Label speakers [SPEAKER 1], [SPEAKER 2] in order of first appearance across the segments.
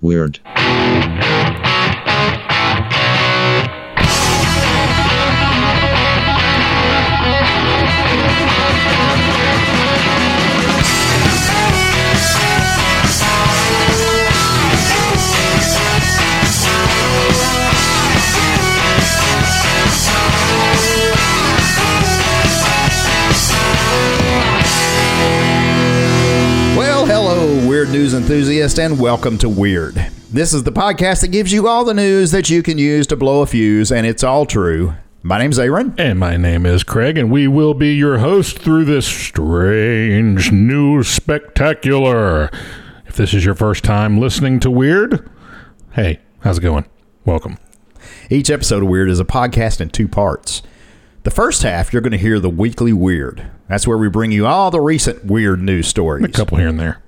[SPEAKER 1] Weird.
[SPEAKER 2] Well, hello, weird news enthusiast, and welcome to Weird. This is the podcast that gives you all the news that you can use to blow a fuse, and it's all true. My name's Aaron.
[SPEAKER 3] And my name is Craig, and we will be your host through this strange new spectacular. If this is your first time listening to Weird, hey, how's it going? Welcome.
[SPEAKER 2] Each episode of Weird is a podcast in two parts. The first half, you're going to hear the weekly Weird. That's where we bring you all the recent weird news stories.
[SPEAKER 3] A couple here and there.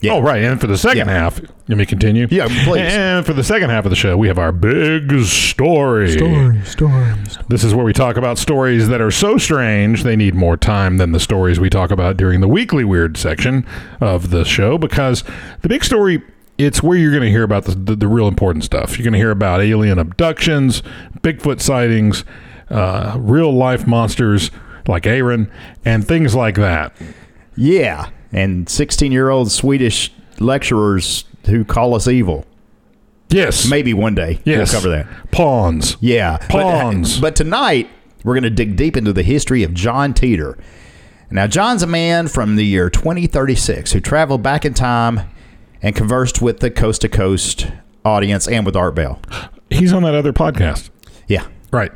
[SPEAKER 2] Yeah.
[SPEAKER 3] Oh, right. And for the second
[SPEAKER 2] Yeah.
[SPEAKER 3] half, let me continue.
[SPEAKER 2] Yeah, please.
[SPEAKER 3] And for the second half of the show, we have our big story. This is where we talk about stories that are so strange they need more time than the stories we talk about during the weekly weird section of the show because the big story it's where you're going to hear about the, the, the real important stuff. You're going to hear about alien abductions, Bigfoot sightings, uh, real life monsters like Aaron, and things like that.
[SPEAKER 2] Yeah, and 16 year old Swedish lecturers who call us evil.
[SPEAKER 3] Yes.
[SPEAKER 2] Maybe one day
[SPEAKER 3] yes.
[SPEAKER 2] we'll cover that.
[SPEAKER 3] Pawns.
[SPEAKER 2] Yeah. but-
[SPEAKER 3] Pawns.
[SPEAKER 2] But, tonight, we're going to dig deep into the history of John Teeter. Now, John's a man from the year 2036 who traveled back in time and conversed with the coast to coast audience and with Art Bell.
[SPEAKER 3] He's on that other podcast.
[SPEAKER 2] Yeah.
[SPEAKER 3] Right.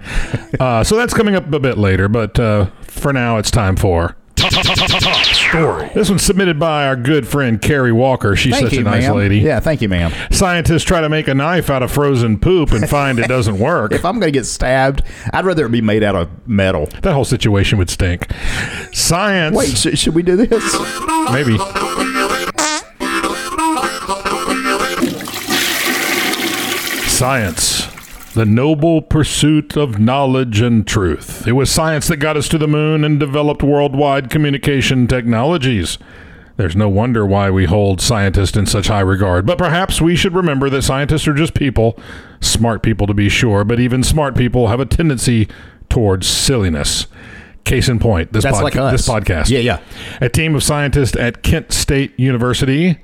[SPEAKER 3] Uh, so that's coming up a bit later, but uh, for now, it's time for. Story. This one's submitted by our good friend Carrie Walker. She's
[SPEAKER 2] Thank
[SPEAKER 3] such
[SPEAKER 2] you,
[SPEAKER 3] a nice
[SPEAKER 2] ma'am.
[SPEAKER 3] lady.
[SPEAKER 2] Yeah, thank you, ma'am.
[SPEAKER 3] Scientists try to make a knife out of frozen poop and find it doesn't work.
[SPEAKER 2] If I'm going to get stabbed, I'd rather it be made out of metal.
[SPEAKER 3] that whole situation would stink. Science.
[SPEAKER 2] Wait, sh- should we do this?
[SPEAKER 3] maybe. Science. The noble pursuit of knowledge and truth. It was science that got us to the moon and developed worldwide communication technologies. There's no wonder why we hold scientists in such high regard, but perhaps we should remember that scientists are just people, smart people to be sure, but even smart people have a tendency towards silliness. Case in point, this,
[SPEAKER 2] That's
[SPEAKER 3] podca-
[SPEAKER 2] like us.
[SPEAKER 3] this podcast.
[SPEAKER 2] Yeah, yeah.
[SPEAKER 3] A team of scientists at Kent State University.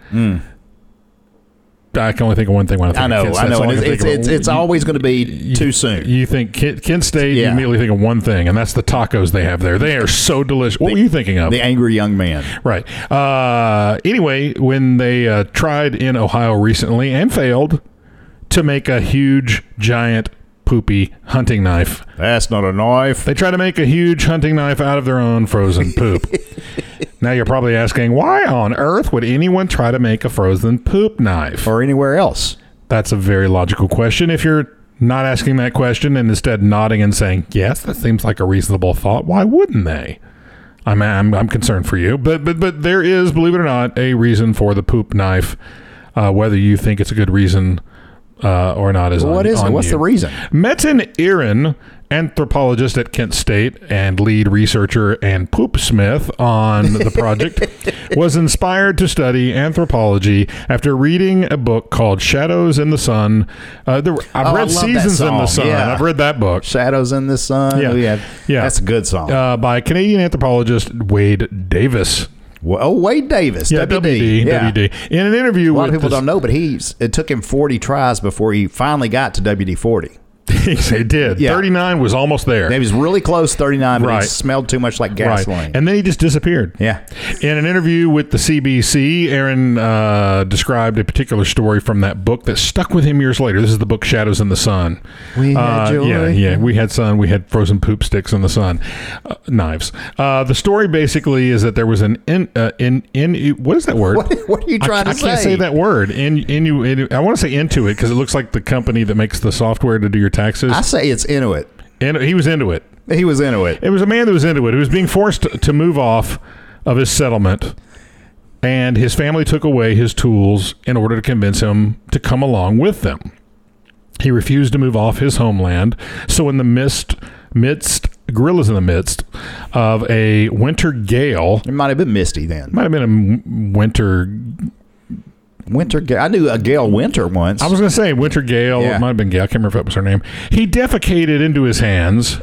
[SPEAKER 3] I can only think of one thing when I think
[SPEAKER 2] Hmm. I
[SPEAKER 3] of
[SPEAKER 2] know,
[SPEAKER 3] Kent State.
[SPEAKER 2] I
[SPEAKER 3] That's
[SPEAKER 2] know.
[SPEAKER 3] all
[SPEAKER 2] and
[SPEAKER 3] I can
[SPEAKER 2] It's, it's,
[SPEAKER 3] think
[SPEAKER 2] it's,
[SPEAKER 3] of.
[SPEAKER 2] it's always going to be too soon.
[SPEAKER 3] You think Kent, Kent State,
[SPEAKER 2] Yeah.
[SPEAKER 3] you immediately think of one thing, and that's the tacos they have there. They are so delicious. What were you thinking of?
[SPEAKER 2] The angry young man.
[SPEAKER 3] Right. Uh, anyway, when they uh, tried in Ohio recently and failed to make a huge, giant, poopy hunting knife
[SPEAKER 2] That's not a knife.
[SPEAKER 3] they try to make a huge hunting knife out of their own frozen poop. now you're probably asking, why on earth would anyone try to make a frozen poop knife?
[SPEAKER 2] Or anywhere else.
[SPEAKER 3] That's a very logical question. If you're not asking that question and instead nodding and saying, yes, that seems like a reasonable thought, why wouldn't they? I'm, I'm, I'm concerned for you. But, but, but there is, believe it or not, a reason for the poop knife. Uh, whether you think it's a good reason uh, or not is
[SPEAKER 2] What
[SPEAKER 3] on,
[SPEAKER 2] is it?
[SPEAKER 3] on
[SPEAKER 2] What's
[SPEAKER 3] you.
[SPEAKER 2] the reason?
[SPEAKER 3] Metin Erin, anthropologist at Kent State and lead researcher and poop smith on the project, was inspired to study anthropology after reading a book called Shadows in the Sun. Uh, there, were- I've
[SPEAKER 2] Oh, I
[SPEAKER 3] read
[SPEAKER 2] love that
[SPEAKER 3] Seasons in
[SPEAKER 2] song.
[SPEAKER 3] the Sun.
[SPEAKER 2] Yeah.
[SPEAKER 3] I've read that book.
[SPEAKER 2] Shadows in the Sun.
[SPEAKER 3] Yeah.
[SPEAKER 2] We had-
[SPEAKER 3] Yeah.
[SPEAKER 2] That's a good song.
[SPEAKER 3] Uh, by Canadian anthropologist Wade Davis.
[SPEAKER 2] Well, oh, Wade Davis.
[SPEAKER 3] Yeah, WD.
[SPEAKER 2] yeah.
[SPEAKER 3] WD. In an
[SPEAKER 2] A
[SPEAKER 3] interview
[SPEAKER 2] lot
[SPEAKER 3] with
[SPEAKER 2] of people
[SPEAKER 3] the-
[SPEAKER 2] don't know, but he's it took him 40 tries before he finally got to WD 40.
[SPEAKER 3] they did.
[SPEAKER 2] Yeah.
[SPEAKER 3] 39 was almost there.
[SPEAKER 2] And he was really close 39, but
[SPEAKER 3] Right.
[SPEAKER 2] he smelled too much like
[SPEAKER 3] right.
[SPEAKER 2] gasoline.
[SPEAKER 3] And then he just disappeared.
[SPEAKER 2] yeah.
[SPEAKER 3] In an interview with the CBC, Aaron uh, described a particular story from that book that stuck with him years later. This is the book Shadows in the Sun.
[SPEAKER 2] We had
[SPEAKER 3] Uh,
[SPEAKER 2] joy.
[SPEAKER 3] yeah, yeah, we had sun. We had frozen poop sticks in the sun, uh, knives. Uh, the story basically is that there was an in uh, in in what is that word?
[SPEAKER 2] What, what are you
[SPEAKER 3] I-
[SPEAKER 2] trying
[SPEAKER 3] I,
[SPEAKER 2] to
[SPEAKER 3] can't say that word. In, in, in, I want to say into it because it looks like the company that makes the software to do your taxes.
[SPEAKER 2] I say it's Inuit.
[SPEAKER 3] and he was into it.
[SPEAKER 2] He was Inuit.
[SPEAKER 3] It was a man that was into it. He was being forced to move off of his settlement, and his family took away his tools in order to convince him to come along with them. He refused to move off his homeland, so in the mist, midst, gorillas in the midst of a winter gale,
[SPEAKER 2] It might have been Misty then.
[SPEAKER 3] might have been a m- winter
[SPEAKER 2] Winter Gale. I knew a Gale Winter once.
[SPEAKER 3] I was going to say Winter Gale.
[SPEAKER 2] Yeah.
[SPEAKER 3] It might have been Gale. I can't remember if that was her name. He defecated into his hands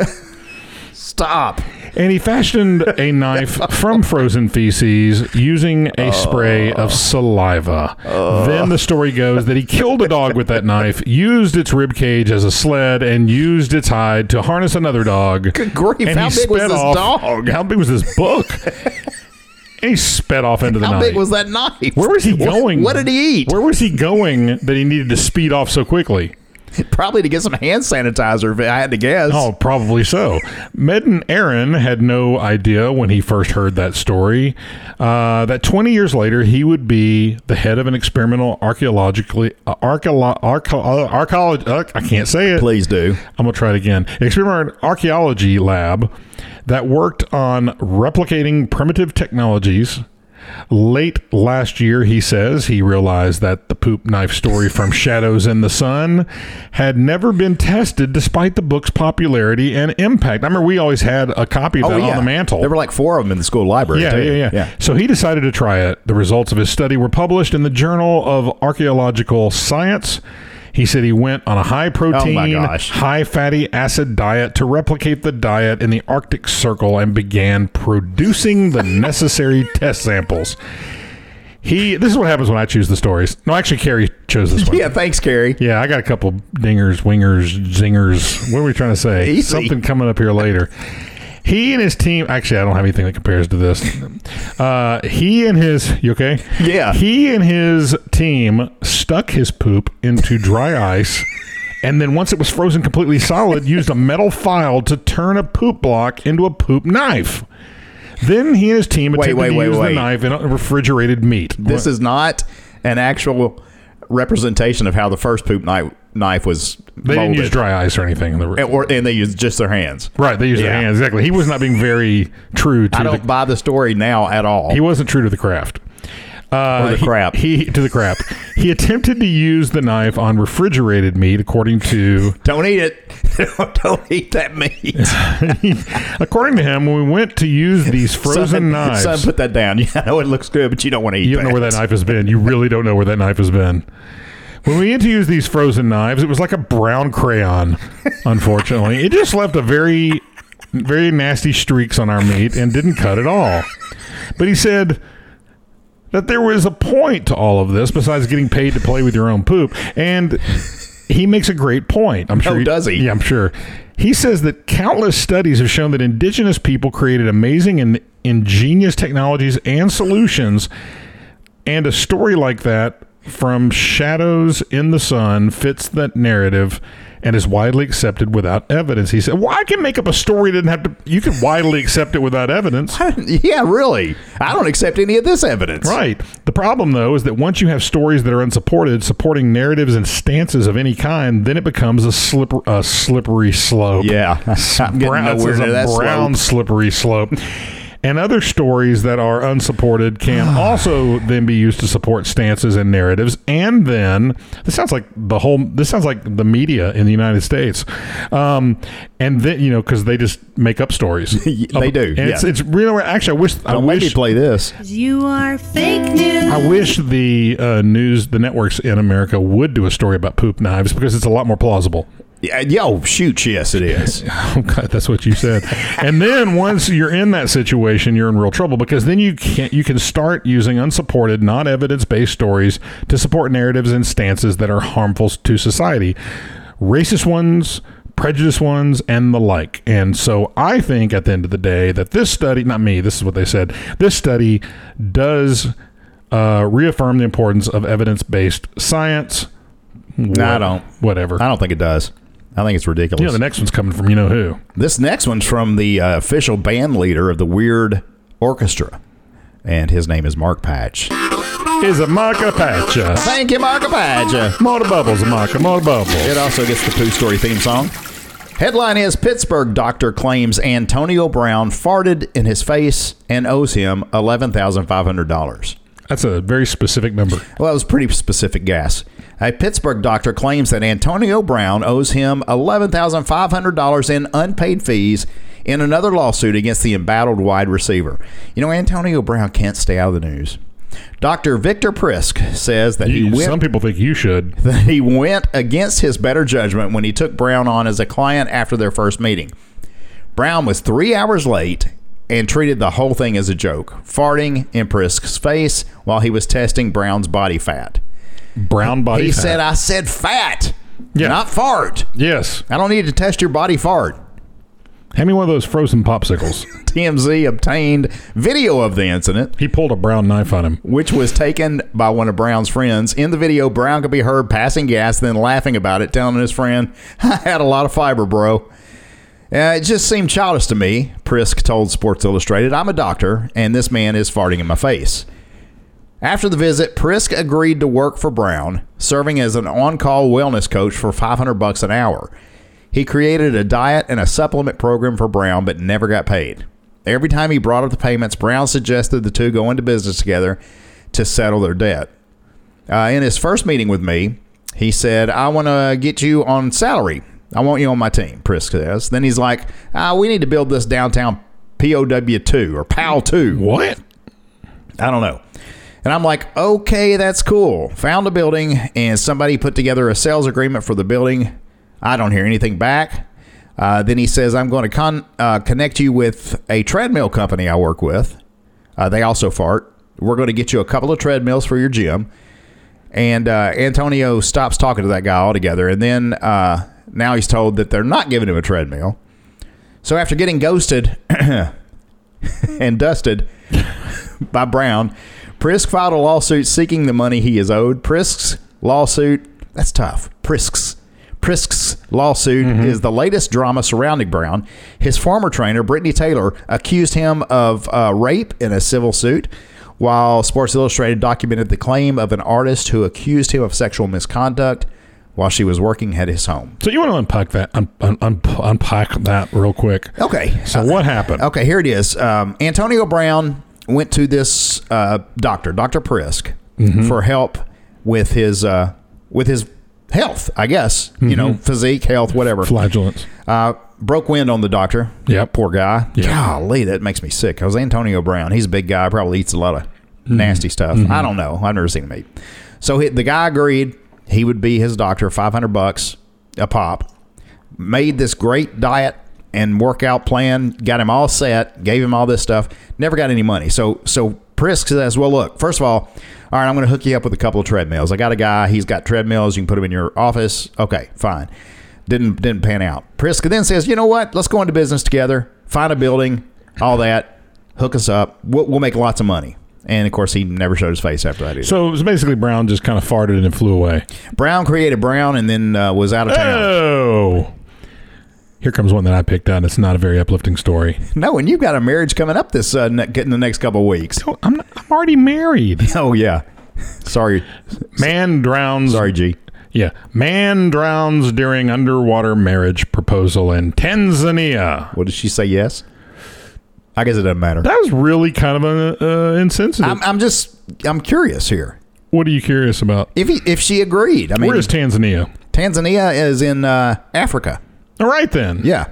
[SPEAKER 2] Stop.
[SPEAKER 3] and he fashioned a knife from frozen feces using a spray of saliva. Then the story goes that he killed a dog with that knife, used its rib cage as a sled, and used its hide to harness another dog.
[SPEAKER 2] Good grief.
[SPEAKER 3] And
[SPEAKER 2] how
[SPEAKER 3] he
[SPEAKER 2] big was
[SPEAKER 3] sped
[SPEAKER 2] this
[SPEAKER 3] off-
[SPEAKER 2] dog?
[SPEAKER 3] How big was this book? and he sped off into the
[SPEAKER 2] How
[SPEAKER 3] night.
[SPEAKER 2] big was that knife?
[SPEAKER 3] Where was he
[SPEAKER 2] What-
[SPEAKER 3] going?
[SPEAKER 2] What, did he eat?
[SPEAKER 3] Where was he going that he needed to speed off so quickly?
[SPEAKER 2] Probably to get some hand sanitizer, if I had to guess.
[SPEAKER 3] Oh, probably so. Medden Aaron had no idea when he first heard that story uh, that 20 years later he would be the head of an experimental archaeologically uh, archaeolo- archae- uh, archaeolog- uh, I can't say it.
[SPEAKER 2] Please do.
[SPEAKER 3] I'm gonna try it again. Experiment archaeology lab that worked on replicating primitive technologies. Late last year, he says he realized that the poop knife story from Shadows in the Sun had never been tested, despite the book's popularity and impact. I remember we always had a copy of that on the mantle.
[SPEAKER 2] Oh, There were like four of them in the school library.
[SPEAKER 3] Yeah,
[SPEAKER 2] too.
[SPEAKER 3] yeah, yeah, So he decided to try it. The results of his study were published in the Journal of Archaeological Science. He said he went on a high protein,
[SPEAKER 2] Oh gosh.
[SPEAKER 3] high fatty acid diet to replicate the diet in the Arctic Circle and began producing the necessary test samples. He this is what happens when I choose the stories. No, actually Carrie chose this one.
[SPEAKER 2] Yeah, thanks, Carrie.
[SPEAKER 3] Yeah, I got a couple dingers, wingers, zingers. What are we trying to say?
[SPEAKER 2] Easy.
[SPEAKER 3] Something coming up here later. He and his team. Actually, I don't have anything that compares to this. Uh, he and his. You okay?
[SPEAKER 2] Yeah.
[SPEAKER 3] He and his team stuck his poop into dry ice. And then once it was frozen completely solid, used a metal file to turn a poop block into a poop knife. Then he and his team attempted
[SPEAKER 2] wait,
[SPEAKER 3] to
[SPEAKER 2] wait,
[SPEAKER 3] use
[SPEAKER 2] wait.
[SPEAKER 3] the knife in a refrigerated meat.
[SPEAKER 2] This is not an actual representation of how the first poop knife, knife was
[SPEAKER 3] they
[SPEAKER 2] molded.
[SPEAKER 3] didn't use dry ice or anything. They were-
[SPEAKER 2] and, or, and they used just their hands.
[SPEAKER 3] Right, they use
[SPEAKER 2] Yeah.
[SPEAKER 3] their hands. Exactly. He was not being very true to
[SPEAKER 2] I
[SPEAKER 3] the
[SPEAKER 2] don't buy the story now at all.
[SPEAKER 3] he wasn't true to the craft. Uh,
[SPEAKER 2] Or the
[SPEAKER 3] he-
[SPEAKER 2] crap.
[SPEAKER 3] He, to the crap. he attempted to use the knife on refrigerated meat, according to
[SPEAKER 2] don't eat it. don't eat that meat.
[SPEAKER 3] according to him. When we went to use these frozen
[SPEAKER 2] son,
[SPEAKER 3] knives,
[SPEAKER 2] Son, put that down. Yeah, I know it looks good, but you don't want to eat
[SPEAKER 3] You don't know where that knife has been. You really don't know where that knife has been. When we had to use these frozen knives, it was like a brown crayon, unfortunately. it just left a very, very nasty streaks on our meat and didn't cut at all. But he said that there was a point to all of this besides getting paid to play with your own poop. And he makes a great point. I'm sure.
[SPEAKER 2] Oh, does he?
[SPEAKER 3] Yeah, I'm sure. He says that countless studies have shown that indigenous people created amazing and ingenious technologies and solutions and a story like that from Shadows in the Sun fits that narrative and is widely accepted without evidence. He said, Well, I can make up a story that didn't have to you can widely accept it without evidence.
[SPEAKER 2] yeah, really. I don't accept any of this evidence.
[SPEAKER 3] Right. The problem though is that once you have stories that are unsupported, supporting narratives and stances of any kind, then it becomes a slipper a slippery slope.
[SPEAKER 2] Yeah. I'm getting
[SPEAKER 3] Brown,
[SPEAKER 2] nowhere
[SPEAKER 3] this is
[SPEAKER 2] near
[SPEAKER 3] a
[SPEAKER 2] that
[SPEAKER 3] brown slippery slope. And other stories that are unsupported can also then be used to support stances and narratives. And then this sounds like the whole. This sounds like the media in the United States. Um, and then you know because they just make up stories.
[SPEAKER 2] They do,
[SPEAKER 3] And It's
[SPEAKER 2] yeah.
[SPEAKER 3] it's real. Actually, I wish. I
[SPEAKER 2] Don't make me
[SPEAKER 3] wish.
[SPEAKER 2] play this.
[SPEAKER 1] You are fake news.
[SPEAKER 3] I wish the uh, news, the networks in America would do a story about poop knives because it's a lot more plausible.
[SPEAKER 2] Yeah, yo, shoot, yes, it is.
[SPEAKER 3] Oh God, that's what you said. and then once you're in that situation, you're in real trouble because then you can't. You can start using unsupported, non evidence based stories to support narratives and stances that are harmful to society, racist ones. Prejudice ones and the like. And so I think at the end of the day that this study, not me, this is what they said, this study does uh, reaffirm the importance of evidence based science. No,
[SPEAKER 2] I don't.
[SPEAKER 3] Whatever.
[SPEAKER 2] I don't think it does. I think it's ridiculous.
[SPEAKER 3] you know, the next one's coming from you know who.
[SPEAKER 2] This next one's from the uh, official band leader of the Weird Orchestra, and his name is Mark Patch.
[SPEAKER 3] is a macapacha.
[SPEAKER 2] Thank you, Mark Patch.
[SPEAKER 3] Motor bubbles, a maca, motor bubble.
[SPEAKER 2] It also gets the Pooh Story theme song. Headline is Pittsburgh doctor claims Antonio Brown farted in his face and owes him $11,500.
[SPEAKER 3] That's a very specific number.
[SPEAKER 2] Well, it was a pretty specific guess. A Pittsburgh doctor claims that Antonio Brown owes him $11,500 in unpaid fees in another lawsuit against the embattled wide receiver. You know, Antonio Brown can't stay out of the news. Dr. Victor Prisk says that he
[SPEAKER 3] You-
[SPEAKER 2] went
[SPEAKER 3] some people think you should.
[SPEAKER 2] that he went against his better judgment when he took Brown on as a client after their first meeting. Brown was three hours late and treated the whole thing as a joke, farting in Prisk's face while he was testing Brown's body fat.
[SPEAKER 3] Brown body.
[SPEAKER 2] he
[SPEAKER 3] fat.
[SPEAKER 2] said, I said fat,
[SPEAKER 3] Yeah.
[SPEAKER 2] not fart.
[SPEAKER 3] "Yes,
[SPEAKER 2] I don't need to test your body fart.
[SPEAKER 3] hand me one of those frozen popsicles."
[SPEAKER 2] TMZ obtained video of the incident,
[SPEAKER 3] he pulled a brown knife on him.
[SPEAKER 2] which was taken by one of Brown's friends. In the video, Brown could be heard passing gas, then laughing about it, telling his friend, I had a lot of fiber, bro. Uh, it just seemed childish to me, Prisk told Sports Illustrated. I'm a doctor, and this man is farting in my face. After the visit, Prisk agreed to work for Brown, serving as an on-call wellness coach for 500 bucks an hour. He created a diet and a supplement program for Brown, but never got paid. Every time he brought up the payments, Brown suggested the two go into business together to settle their debt. Uh, in his first meeting with me, he said, I want to get you on salary. I want you on my team, Prisk says. Then he's like, ah, we need to build this downtown POW2 or PAL 2.
[SPEAKER 3] What?
[SPEAKER 2] I don't know. And I'm like, okay, that's cool. Found a building and somebody put together a sales agreement for the building. I don't hear anything back. Uh, then he says, I'm going to con- uh, connect you with a treadmill company I work with. Uh, they also fart. We're going to get you a couple of treadmills for your gym. And uh, Antonio stops talking to that guy altogether. And then uh, now he's told that they're not giving him a treadmill. So after getting ghosted and dusted, by Brown. Prisk filed a lawsuit seeking the money he is owed. Prisk's lawsuit, that's tough. Prisk's. Prisk's lawsuit is the latest drama surrounding Brown. His former trainer, Brittany Taylor, accused him of uh, rape in a civil suit, while Sports Illustrated documented the claim of an artist who accused him of sexual misconduct while she was working at his home.
[SPEAKER 3] So you want to unpack that? Un- un- un- unpack that real quick.
[SPEAKER 2] Okay.
[SPEAKER 3] So what happened?
[SPEAKER 2] Okay, here it is. Um, Antonio Brown went to this uh, doctor, Doctor Prisk,
[SPEAKER 3] Mm-hmm.
[SPEAKER 2] for help with his uh, with his health. I guess you know
[SPEAKER 3] Mm-hmm.
[SPEAKER 2] physique, health, whatever.
[SPEAKER 3] Flagellants.
[SPEAKER 2] Uh, broke wind on the doctor.
[SPEAKER 3] Yep.
[SPEAKER 2] poor guy.
[SPEAKER 3] Yep.
[SPEAKER 2] Golly, that makes me sick. Because Antonio Brown, he's a big guy. Probably eats a lot of
[SPEAKER 3] Mm-hmm.
[SPEAKER 2] nasty stuff. I don't know. I've never seen him eat. So he, the guy agreed he would be his doctor, five hundred bucks a pop. Made this great diet and workout plan. Got him all set. Gave him all this stuff. Never got any money. So so Prisk says, well, look. First of all. All right, I'm going to hook you up with a couple of treadmills. I got a guy; he's got treadmills. You can put them in your office. Okay, fine didn't didn't pan out. Priska then says, "You know what? Let's go into business together. Find a building, all that. Hook us up. We'll, we'll make lots of money." And of course, he never showed his face after that either.
[SPEAKER 3] So it was basically Brown just kind of farted and flew away.
[SPEAKER 2] Brown created Brown, and then uh, was out of town.
[SPEAKER 3] Oh. Here comes one that I picked out. It's not a very uplifting story.
[SPEAKER 2] no, and you've got a marriage coming up this uh, ne- in the next couple of weeks.
[SPEAKER 3] Oh, I'm, not, I'm already married.
[SPEAKER 2] Oh yeah, sorry,
[SPEAKER 3] Man drowns.
[SPEAKER 2] sorry, G.
[SPEAKER 3] Yeah. Man drowns during underwater marriage proposal in Tanzania.
[SPEAKER 2] What did she say? Yes. I guess it doesn't matter.
[SPEAKER 3] That was really kind of a, uh, insensitive.
[SPEAKER 2] I'm, I'm just I'm curious here.
[SPEAKER 3] what are you curious about?
[SPEAKER 2] If he, if she agreed, I mean,
[SPEAKER 3] Where is Tanzania?
[SPEAKER 2] Tanzania is in uh, Africa.
[SPEAKER 3] All right, then.
[SPEAKER 2] Yeah,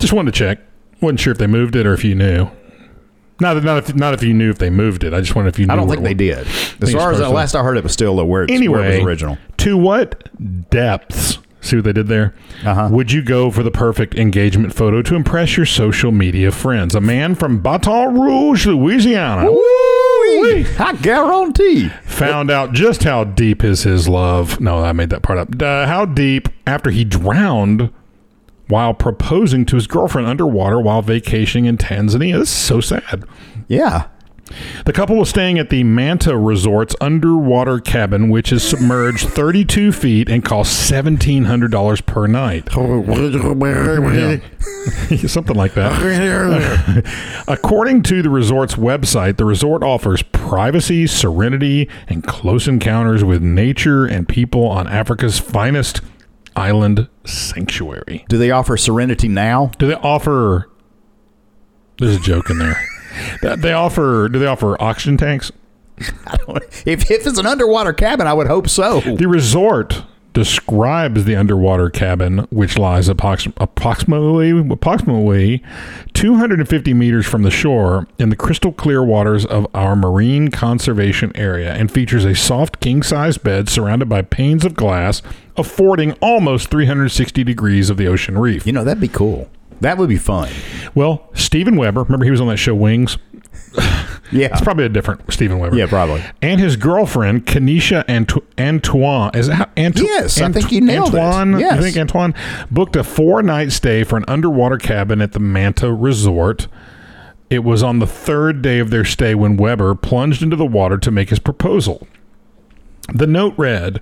[SPEAKER 3] Just wanted to check. Wasn't sure if they moved it or if you knew. Not, that- not, if, not if you knew if they moved it. I just wondered if you knew.
[SPEAKER 2] I don't
[SPEAKER 3] where
[SPEAKER 2] think
[SPEAKER 3] it
[SPEAKER 2] they
[SPEAKER 3] was.
[SPEAKER 2] did. As
[SPEAKER 3] it's
[SPEAKER 2] far as the
[SPEAKER 3] personal.
[SPEAKER 2] last I heard, it was still where it's
[SPEAKER 3] anyway,
[SPEAKER 2] where it was original.
[SPEAKER 3] To what depths? See what they did there?
[SPEAKER 2] Uh-huh.
[SPEAKER 3] Would you go for the perfect engagement photo to impress your social media friends? A man from Baton Rouge, Louisiana,
[SPEAKER 2] I guarantee.
[SPEAKER 3] found out just how deep is his love. No, I made that part up. Uh, how deep after he drowned while proposing to his girlfriend underwater while vacationing in Tanzania. This is so sad.
[SPEAKER 2] Yeah.
[SPEAKER 3] The couple was staying at the Manta Resort's underwater cabin, which is submerged 32 feet and costs $1,700 per night. Something like that. According to the resort's website, the resort offers privacy, serenity, and close encounters with nature and people on Africa's finest island sanctuary.
[SPEAKER 2] Do they offer Serenity now?
[SPEAKER 3] Do they offer? There's a joke in there. That- they offer. Do they offer oxygen tanks?
[SPEAKER 2] If, if it's an underwater cabin, I would hope so.
[SPEAKER 3] The resort describes the underwater cabin, which lies approx- approximately approximately 250 meters from the shore in the crystal clear waters of our marine conservation area, and features a soft king-size bed surrounded by panes of glass, affording almost 360 degrees of the ocean reef.
[SPEAKER 2] You know, that'd be cool. That would be fun.
[SPEAKER 3] Well, Steven Weber, remember he was on that show Wings?
[SPEAKER 2] Yeah.
[SPEAKER 3] It's probably a different Steven Weber.
[SPEAKER 2] Ah. Yeah, probably.
[SPEAKER 3] And his girlfriend, Kenesha Anto- Antoine. Is it how, Anto-
[SPEAKER 2] Yes, I
[SPEAKER 3] Ant-
[SPEAKER 2] think you nailed it.
[SPEAKER 3] Antoine,
[SPEAKER 2] Yes.
[SPEAKER 3] You think Antoine booked a four night stay for an underwater cabin at the Manta Resort. It was on the third day of their stay when Weber plunged into the water to make his proposal. The note read,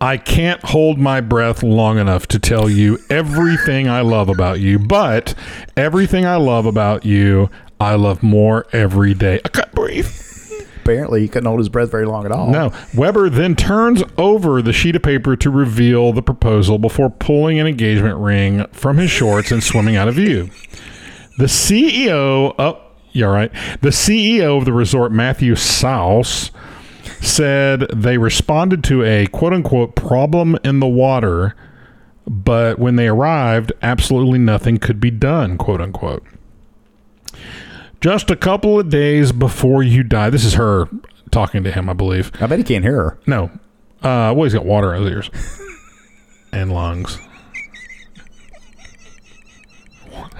[SPEAKER 3] I can't hold my breath long enough to tell you everything I love about you, but everything I love about you, I love more every day. I can't breathe.
[SPEAKER 2] Apparently, he couldn't hold his breath very long at all.
[SPEAKER 3] No. Weber then turns over the sheet of paper to reveal the proposal before pulling an engagement ring from his shorts and swimming out of view. The CEO of yeah, right. The CEO of the resort, Matthew Souse, said they responded to a quote unquote problem in the water, but when they arrived, absolutely nothing could be done, quote unquote. Just a couple of days before you die, this is her talking to him, I believe.
[SPEAKER 2] I bet he can't hear her.
[SPEAKER 3] No. Uh, well, he's got water in his ears and lungs.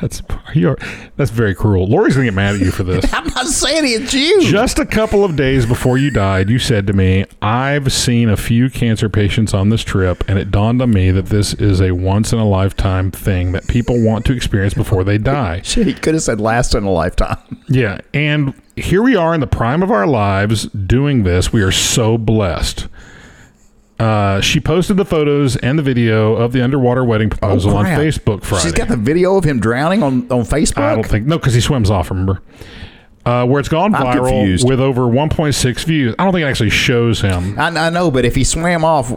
[SPEAKER 3] That's you're, that's very cruel. Lori's gonna get mad at you for this.
[SPEAKER 2] I'm not saying it's you.
[SPEAKER 3] Just a couple of days before you died, you said to me, "I've seen a few cancer patients on this trip, and it dawned on me that this is a once in a lifetime thing that people want to experience before they die."
[SPEAKER 2] Shit, he could have said last in a lifetime.
[SPEAKER 3] Yeah, and here we are in the prime of our lives doing this. We are so blessed. Uh, she posted the photos and the video of the underwater wedding proposal on
[SPEAKER 2] Oh, crap.
[SPEAKER 3] Facebook Friday.
[SPEAKER 2] She's got the video of him drowning on, on Facebook.
[SPEAKER 3] I don't think no, because he swims off. Remember, uh, where it's gone
[SPEAKER 2] I'm
[SPEAKER 3] viral
[SPEAKER 2] confused.
[SPEAKER 3] with over 1.6 views. I don't think it actually shows him.
[SPEAKER 2] I, I know, but if he swam off,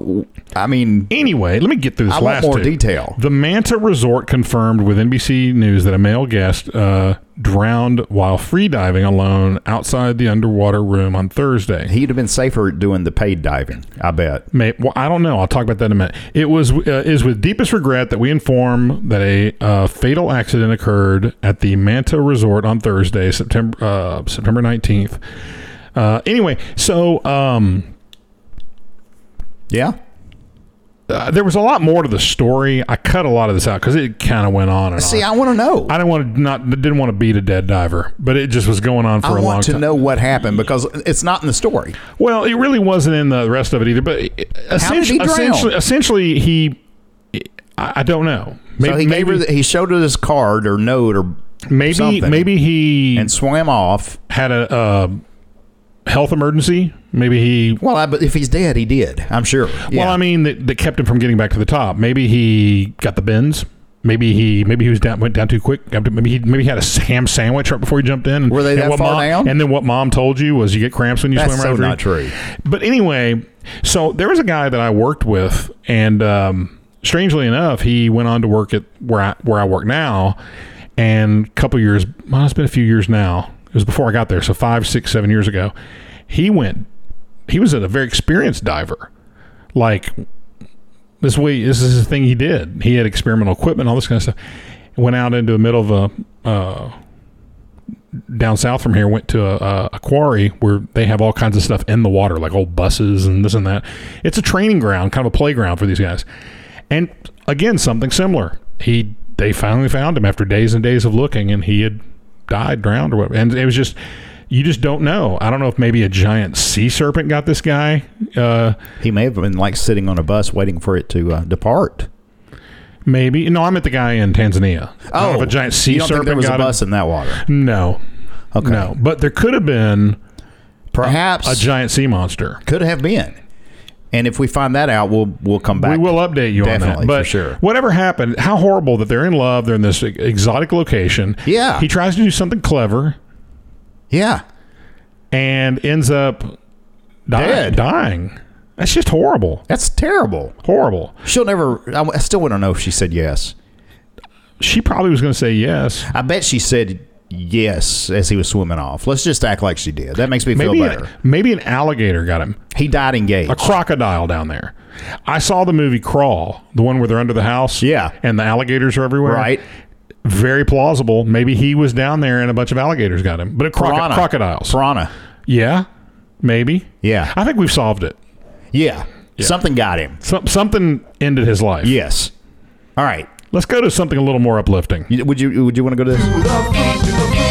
[SPEAKER 2] I mean,
[SPEAKER 3] Anyway, let me get through this
[SPEAKER 2] I want
[SPEAKER 3] last
[SPEAKER 2] more
[SPEAKER 3] two.
[SPEAKER 2] detail.
[SPEAKER 3] The Manta Resort confirmed with NBC News that a male guest uh, drowned while free diving alone outside the underwater room on Thursday.
[SPEAKER 2] he'd have been safer doing the paid diving. I bet.
[SPEAKER 3] May, well, I don't know. I'll talk about that in a minute. It was uh, is with deepest regret that we inform that a uh, fatal accident occurred at the Manta Resort on Thursday, September uh, September nineteenth. Uh, anyway, so um,
[SPEAKER 2] Yeah.
[SPEAKER 3] uh, there was a lot more to the story. I cut a lot of this out because it kind of went on and
[SPEAKER 2] See,
[SPEAKER 3] on.
[SPEAKER 2] I want to know.
[SPEAKER 3] I didn't want to not didn't want to beat a dead diver, but it just was going on for
[SPEAKER 2] I
[SPEAKER 3] a long
[SPEAKER 2] want to
[SPEAKER 3] time.
[SPEAKER 2] know what happened because it's not in the story.
[SPEAKER 3] Well, it really wasn't in the rest of it either. But uh,
[SPEAKER 2] he
[SPEAKER 3] essentially,
[SPEAKER 2] drown?
[SPEAKER 3] essentially, essentially, he I, I don't know. Maybe
[SPEAKER 2] so he gave her, the, he showed her this card or note or
[SPEAKER 3] maybe
[SPEAKER 2] something.
[SPEAKER 3] maybe he
[SPEAKER 2] and swam off.
[SPEAKER 3] had a uh, health emergency. Maybe he.
[SPEAKER 2] Well, I, but if he's dead, he did. I'm sure.
[SPEAKER 3] Well,
[SPEAKER 2] Yeah.
[SPEAKER 3] I mean, that, that kept him from getting back to the top. Maybe he got the bends. Maybe he maybe he was down went down too quick. Maybe he maybe he had a ham sandwich right before he jumped in.
[SPEAKER 2] Were they that
[SPEAKER 3] what
[SPEAKER 2] far
[SPEAKER 3] mom,
[SPEAKER 2] down?
[SPEAKER 3] And then what mom told you was you get cramps when you
[SPEAKER 2] that's
[SPEAKER 3] swim
[SPEAKER 2] so
[SPEAKER 3] right
[SPEAKER 2] not true.
[SPEAKER 3] But anyway, so there was a guy that I worked with, and um, strangely enough, he went on to work at where I where I work now. And a couple years, well, it's been a few years now. It was before I got there, so five, six, seven years ago. He went. He was a very experienced diver. Like this way, this is the thing he did. He had experimental equipment, all this kind of stuff. Went out into the middle of a uh, down south from here went to a, a, a quarry where they have all kinds of stuff in the water, like old buses and this and that. It's a training ground, kind of a playground for these guys. And again, something similar. He they finally found him after days and days of looking, and he had died, drowned, or whatever. And it was just you just don't know. I don't know if maybe a giant sea serpent got this guy. Uh,
[SPEAKER 2] He may have been like sitting on a bus waiting for it to uh, depart.
[SPEAKER 3] maybe no, I met the guy in Tanzania. I don't know if a giant sea
[SPEAKER 2] Oh, you don't
[SPEAKER 3] serpent
[SPEAKER 2] think there was a
[SPEAKER 3] got him.
[SPEAKER 2] bus in that water?
[SPEAKER 3] No,
[SPEAKER 2] Okay,
[SPEAKER 3] no, but there could have been
[SPEAKER 2] perhaps
[SPEAKER 3] a giant sea monster.
[SPEAKER 2] could have been. And if we find that out, we'll we'll come back.
[SPEAKER 3] We will update you on
[SPEAKER 2] Definitely,
[SPEAKER 3] that. But
[SPEAKER 2] for sure.
[SPEAKER 3] whatever happened, how horrible that they're in love. They're in this e- exotic location.
[SPEAKER 2] Yeah.
[SPEAKER 3] He tries to do something clever
[SPEAKER 2] Yeah,
[SPEAKER 3] and ends up die-
[SPEAKER 2] Dead.
[SPEAKER 3] dying. That's just horrible.
[SPEAKER 2] that's terrible.
[SPEAKER 3] Horrible.
[SPEAKER 2] She'll never. I, I still want to know if she said yes.
[SPEAKER 3] She probably was going to say yes.
[SPEAKER 2] I bet she said Yes, as he was swimming off. Let's just act like she did. That makes me feel
[SPEAKER 3] Maybe
[SPEAKER 2] better.
[SPEAKER 3] an, maybe an alligator got him.
[SPEAKER 2] he died engaged.
[SPEAKER 3] A crocodile down there. I saw the movie Crawl, the one where they're under the house.
[SPEAKER 2] Yeah.
[SPEAKER 3] And the alligators are everywhere.
[SPEAKER 2] Right.
[SPEAKER 3] Very plausible. Maybe he was down there and a bunch of alligators got him. But a croco-
[SPEAKER 2] Piranha.
[SPEAKER 3] crocodiles.
[SPEAKER 2] Piranha.
[SPEAKER 3] yeah. Maybe.
[SPEAKER 2] Yeah.
[SPEAKER 3] I think we've solved it.
[SPEAKER 2] Yeah. Something got him.
[SPEAKER 3] Some, something ended his life.
[SPEAKER 2] Yes. All right.
[SPEAKER 3] Let's go to something a little more uplifting.
[SPEAKER 2] You- Would you would you want to go to this?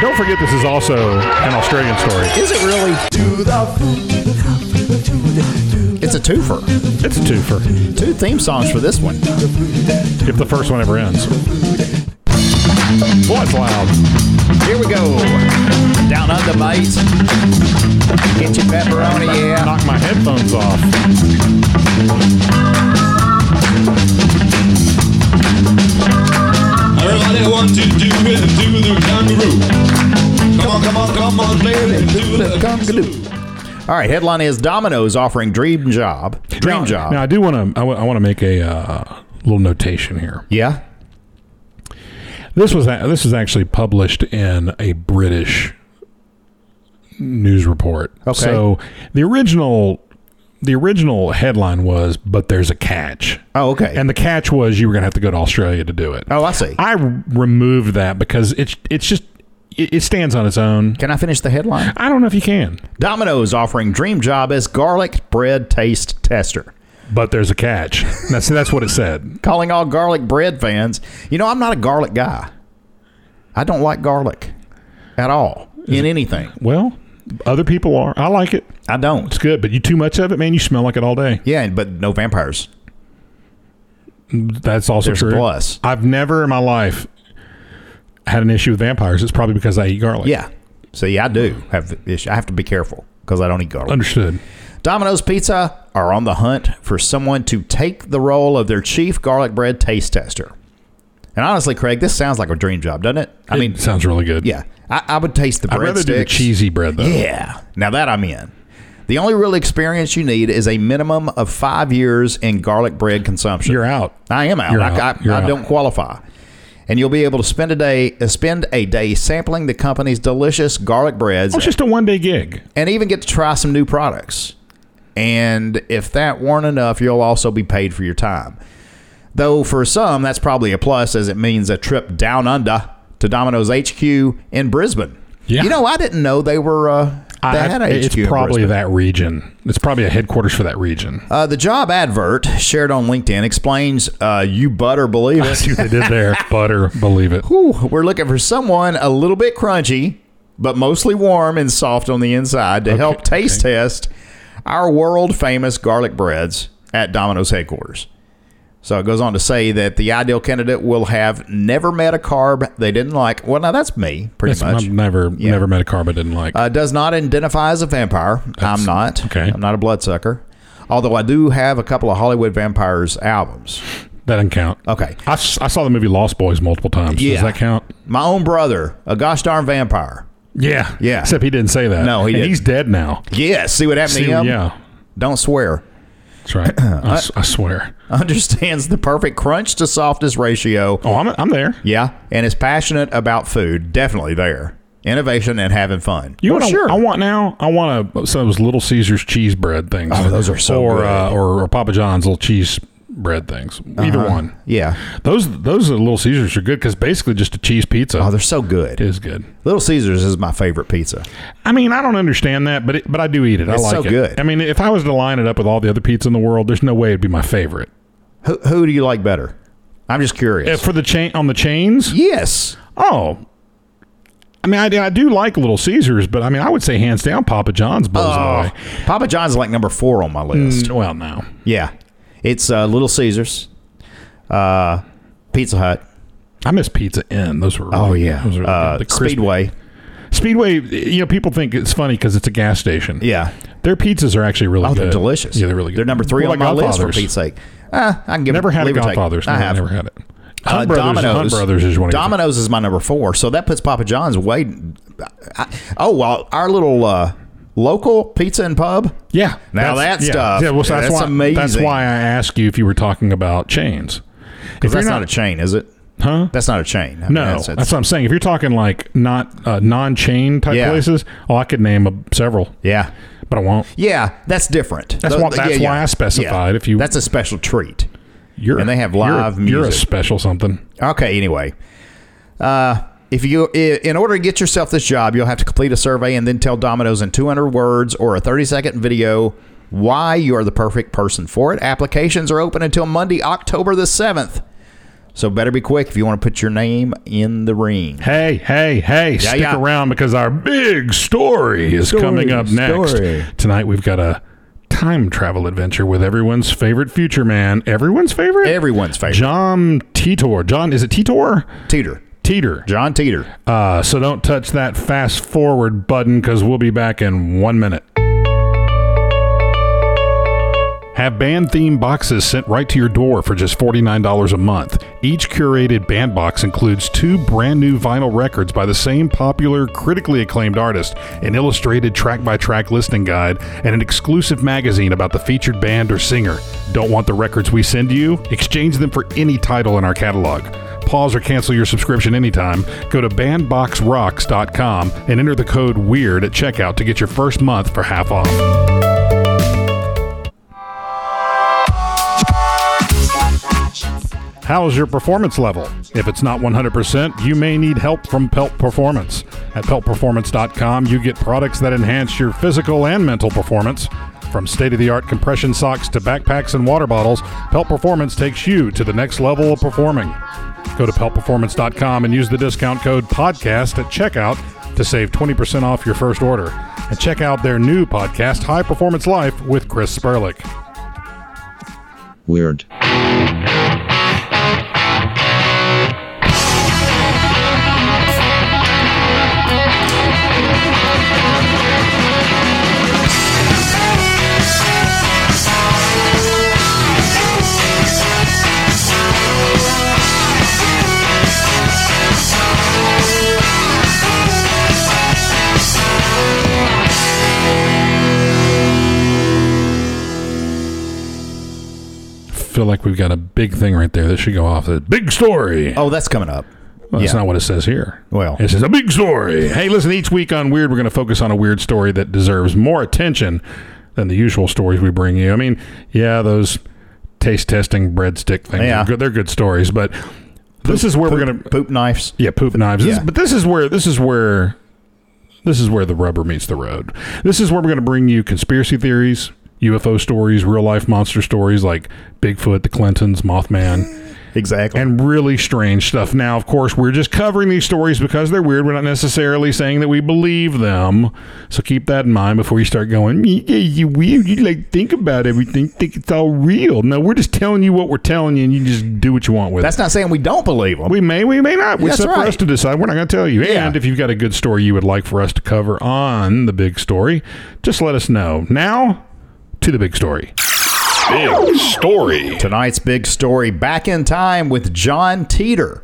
[SPEAKER 3] Don't forget this is also an Australian story.
[SPEAKER 2] Is it really? It's a twofer.
[SPEAKER 3] It's a twofer.
[SPEAKER 2] Two theme songs for this one.
[SPEAKER 3] If the first one ever ends. Boy, it's loud.
[SPEAKER 2] Here we go. Down under, mate. Get your pepperoni, yeah.
[SPEAKER 3] Knock my headphones off.
[SPEAKER 4] Everybody want to do it, do the kangaroo. Come on, come on, come on, baby, do the
[SPEAKER 2] All right. Headline is Domino's offering dream job. Dream
[SPEAKER 3] now,
[SPEAKER 2] job.
[SPEAKER 3] Now I do want to. I want to make a uh, little notation here.
[SPEAKER 2] yeah.
[SPEAKER 3] This was a- this is actually published in a British news report.
[SPEAKER 2] Okay.
[SPEAKER 3] So the original the original headline was, "But there's a catch,"
[SPEAKER 2] Oh, okay.
[SPEAKER 3] and the catch was you were going to have to go to Australia to do it.
[SPEAKER 2] oh, I see.
[SPEAKER 3] I r- removed that because it's it's just it, it stands on its own.
[SPEAKER 2] Can I finish the headline?
[SPEAKER 3] I don't know if you can,
[SPEAKER 2] Domino's offering dream job as garlic bread taste tester.
[SPEAKER 3] but there's a catch. That's that's what it said.
[SPEAKER 2] Calling all garlic bread fans. You know, I'm not a garlic guy. I don't like garlic at all in anything.
[SPEAKER 3] Well, other people are. I like it.
[SPEAKER 2] I don't.
[SPEAKER 3] It's good, but you too much of it, man. You smell like it all day.
[SPEAKER 2] Yeah, but no vampires.
[SPEAKER 3] That's also
[SPEAKER 2] There's a
[SPEAKER 3] true.
[SPEAKER 2] plus.
[SPEAKER 3] I've never in my life had an issue with vampires. It's probably because I eat garlic.
[SPEAKER 2] Yeah. See, I do have the issue. I have to be careful because I don't eat garlic.
[SPEAKER 3] Understood.
[SPEAKER 2] Domino's Pizza are on the hunt for someone to take the role of their chief garlic bread taste tester. And honestly, Craig, this sounds like a dream job, doesn't it? I mean,
[SPEAKER 3] it sounds really good.
[SPEAKER 2] yeah, I, I would taste the
[SPEAKER 3] I'd
[SPEAKER 2] bread
[SPEAKER 3] rather do the
[SPEAKER 2] sticks.
[SPEAKER 3] cheesy bread though.
[SPEAKER 2] Yeah. Now that I'm in. The only real experience you need is a minimum of five years in garlic bread consumption.
[SPEAKER 3] You're out.
[SPEAKER 2] I am out.
[SPEAKER 3] You're
[SPEAKER 2] I,
[SPEAKER 3] out.
[SPEAKER 2] I-
[SPEAKER 3] You're
[SPEAKER 2] I
[SPEAKER 3] out.
[SPEAKER 2] don't qualify. And you'll be able to spend a day uh, spend a day sampling the company's delicious garlic breads
[SPEAKER 3] It's just a one day gig.
[SPEAKER 2] and even get to try some new products. And if that weren't enough, you'll also be paid for your time. Though for some, that's probably a plus as it means a trip down under to Domino's HQ in Brisbane.
[SPEAKER 3] Yeah.
[SPEAKER 2] You know, I didn't know they were uh, they
[SPEAKER 3] I-
[SPEAKER 2] had a HQ.
[SPEAKER 3] it's
[SPEAKER 2] in
[SPEAKER 3] probably
[SPEAKER 2] Brisbane.
[SPEAKER 3] that region. It's probably a headquarters for that region.
[SPEAKER 2] Uh, the job advert shared on LinkedIn explains uh, you butter believe it.
[SPEAKER 3] See what they did there. Butter, believe it.
[SPEAKER 2] Whew, we're looking for someone a little bit crunchy, but mostly warm and soft on the inside to help taste test our world famous garlic breads at Domino's headquarters. So it goes on to say that the ideal candidate will have never met a carb they didn't like. Well, now that's me, pretty
[SPEAKER 3] That's-
[SPEAKER 2] much.
[SPEAKER 3] I've never never met a carb I didn't like.
[SPEAKER 2] Uh, does not identify as a vampire. I'm not.
[SPEAKER 3] okay.
[SPEAKER 2] I'm not a bloodsucker. Although I do have a couple of Hollywood vampires albums.
[SPEAKER 3] that doesn't count.
[SPEAKER 2] Okay.
[SPEAKER 3] I, s- I saw the movie Lost Boys multiple times.
[SPEAKER 2] uh, Yeah.
[SPEAKER 3] Does that count?
[SPEAKER 2] My own brother, a gosh darn vampire.
[SPEAKER 3] Yeah.
[SPEAKER 2] Yeah.
[SPEAKER 3] Except he didn't say that.
[SPEAKER 2] No, he
[SPEAKER 3] And
[SPEAKER 2] didn't.
[SPEAKER 3] he's dead now.
[SPEAKER 2] Yeah, see what happened
[SPEAKER 3] See,
[SPEAKER 2] to him?
[SPEAKER 3] yeah.
[SPEAKER 2] Don't swear.
[SPEAKER 3] That's right. I, s- I swear.
[SPEAKER 2] Understands the perfect crunch to softness ratio.
[SPEAKER 3] Oh, I'm, I'm there.
[SPEAKER 2] Yeah. And is passionate about food. Definitely there. Innovation and having fun.
[SPEAKER 3] You
[SPEAKER 2] Well,
[SPEAKER 3] know what I, I want now? I want a, some of those Little Caesars cheese bread things.
[SPEAKER 2] Oh, those are so
[SPEAKER 3] or,
[SPEAKER 2] good.
[SPEAKER 3] Uh, or or Papa John's little cheese bread things. Either
[SPEAKER 2] Uh-huh.
[SPEAKER 3] one.
[SPEAKER 2] Yeah.
[SPEAKER 3] Those those are Little Caesars are good because basically just a cheese pizza
[SPEAKER 2] Oh, they're so good.
[SPEAKER 3] is good.
[SPEAKER 2] Little Caesars is my favorite pizza.
[SPEAKER 3] I mean, I don't understand that, but it, but I do eat it.
[SPEAKER 2] It's
[SPEAKER 3] I like
[SPEAKER 2] so
[SPEAKER 3] it.
[SPEAKER 2] good.
[SPEAKER 3] I mean, if I was to line it up with all the other pizza in the world, there's no way it'd be my favorite.
[SPEAKER 2] Who, who do you like better? I'm just
[SPEAKER 3] Uh,
[SPEAKER 2] curious.
[SPEAKER 3] for the chain on the chains,
[SPEAKER 2] yes.
[SPEAKER 3] oh. I mean, I, do- I do like Little Caesars, but I mean, I would say hands down, Papa John's blows it
[SPEAKER 2] Oh,
[SPEAKER 3] away.
[SPEAKER 2] Papa John's is like number four on my list.
[SPEAKER 3] Mm, Well, no,
[SPEAKER 2] Yeah. It's uh, Little Caesars, uh, Pizza Hut.
[SPEAKER 3] I miss Pizza Inn. Those were really
[SPEAKER 2] Oh,
[SPEAKER 3] good.
[SPEAKER 2] yeah.
[SPEAKER 3] those were really
[SPEAKER 2] Uh,
[SPEAKER 3] good. The crisp-
[SPEAKER 2] Speedway.
[SPEAKER 3] Speedway. You know, people think it's funny because it's a gas station.
[SPEAKER 2] Yeah.
[SPEAKER 3] their pizzas are actually really
[SPEAKER 2] Oh,
[SPEAKER 3] good.
[SPEAKER 2] they're delicious.
[SPEAKER 3] Yeah, they're really good.
[SPEAKER 2] They're number three
[SPEAKER 3] What
[SPEAKER 2] on my
[SPEAKER 3] about
[SPEAKER 2] list for
[SPEAKER 3] Godfather's?
[SPEAKER 2] Pete's sake. Ah, I can give
[SPEAKER 3] Never had a
[SPEAKER 2] leave or take.
[SPEAKER 3] Godfather's.
[SPEAKER 2] I
[SPEAKER 3] No,
[SPEAKER 2] have.
[SPEAKER 3] Never had it.
[SPEAKER 2] Uh,
[SPEAKER 3] Hunt Brothers. Hunt
[SPEAKER 2] Domino's.
[SPEAKER 3] Brothers is one. of your-
[SPEAKER 2] Domino's is my number four. So that puts Papa John's way. I, oh well, our little uh, Local pizza and pub.
[SPEAKER 3] Yeah.
[SPEAKER 2] Now
[SPEAKER 3] that's,
[SPEAKER 2] that
[SPEAKER 3] yeah,
[SPEAKER 2] stuff,
[SPEAKER 3] Yeah, well, so that's,
[SPEAKER 2] that's
[SPEAKER 3] why, That's
[SPEAKER 2] amazing.
[SPEAKER 3] why I asked you if you were talking about chains. If
[SPEAKER 2] Because
[SPEAKER 3] you're
[SPEAKER 2] that's not, a chain, is it?
[SPEAKER 3] huh?
[SPEAKER 2] That's not a chain. I mean,
[SPEAKER 3] No,
[SPEAKER 2] that's,
[SPEAKER 3] that's, what I'm saying. If you're talking like not uh, non-chain type
[SPEAKER 2] Yeah.
[SPEAKER 3] places, oh, I could name a, several,
[SPEAKER 2] yeah,
[SPEAKER 3] but I won't.
[SPEAKER 2] yeah. That's different.
[SPEAKER 3] That's
[SPEAKER 2] Tho-
[SPEAKER 3] why- that's why I specified if you-
[SPEAKER 2] that's a special treat.
[SPEAKER 3] You're
[SPEAKER 2] And they have
[SPEAKER 3] you're-
[SPEAKER 2] live
[SPEAKER 3] You're a
[SPEAKER 2] music.
[SPEAKER 3] special something.
[SPEAKER 2] Okay. Anyway, uh, if you i- in order to get yourself this job, you'll have to complete a survey and then tell Domino's in 200 words or a 30 second video why you are the perfect person for it. Applications are open until Monday, October the 7th. So better be quick if you want to put your name in the ring.
[SPEAKER 3] Hey, hey, hey, stick
[SPEAKER 2] yeah.
[SPEAKER 3] around because our big story is
[SPEAKER 2] Story,
[SPEAKER 3] coming up next.
[SPEAKER 2] story.
[SPEAKER 3] Tonight we've got a time travel adventure with everyone's favorite future man. Everyone's favorite?
[SPEAKER 2] Everyone's favorite
[SPEAKER 3] John Titor. John, is it Titor?
[SPEAKER 2] Teeter,
[SPEAKER 3] Teeter.
[SPEAKER 2] John Teeter.
[SPEAKER 3] Uh, so don't touch that fast forward button because we'll be back in one minute. Have band theme boxes sent right to your door for just $49 a month. Each curated band box includes two brand new vinyl records by the same popular, critically acclaimed artist, an illustrated track by track listening guide, and an exclusive magazine about the featured band or singer. Don't want the records we send you? Exchange them for any title in our catalog. Pause or cancel your subscription anytime. Go to bandboxrocks.com and enter the code WEIRD at checkout to get your first month for half off. How is your performance level? If it's not 100%, you may need help from Pelt Performance. At peltperformance.com, you get products that enhance your physical and mental performance. From state of the art compression socks to backpacks and water bottles, Pelt Performance takes you to the next level of performing. Go to peltperformance.com and use the discount code PODCAST at checkout to save 20% off your first order. And check out their new podcast, High Performance Life, with Chris Spurlick.
[SPEAKER 5] Weird.
[SPEAKER 3] feel like we've got a big thing right there that should go off. The big story.
[SPEAKER 2] Oh, that's coming up.
[SPEAKER 3] Well, that's
[SPEAKER 2] yeah.
[SPEAKER 3] not what it says here.
[SPEAKER 2] Well.
[SPEAKER 3] it says a big story. Hey, listen, each week on Weird, we're going to focus on a weird story that deserves more attention than the usual stories we bring you. I mean, yeah, those taste testing breadstick things
[SPEAKER 2] Yeah.
[SPEAKER 3] are good. They're good stories, but this is where we're going to
[SPEAKER 2] poop knives.
[SPEAKER 3] yeah, poop knives. This-
[SPEAKER 2] Yeah.
[SPEAKER 3] but this is where this is where this is where the rubber meets the road. This is where we're going to bring you conspiracy theories, UFO stories, real life monster stories like Bigfoot, the Clintons, Mothman,
[SPEAKER 2] Exactly.
[SPEAKER 3] and really strange stuff. Now, of course, we're just covering these stories because they're weird. We're not necessarily saying that we believe them. So keep that in mind before you start going, yeah, you weird. You like think about everything, think it's all real. No, we're just telling you what we're telling you, and you just do what you want with it.
[SPEAKER 2] that's not saying we don't believe them.
[SPEAKER 3] We may, we may not. It's
[SPEAKER 2] That's
[SPEAKER 3] up for
[SPEAKER 2] right.
[SPEAKER 3] us to decide. We're not going to tell you.
[SPEAKER 2] Yeah.
[SPEAKER 3] And if you've got a good story you would like for us to cover on the big story, just let us know. Now, to the big story. Big story.
[SPEAKER 2] Tonight's big story back in time with John Teeter.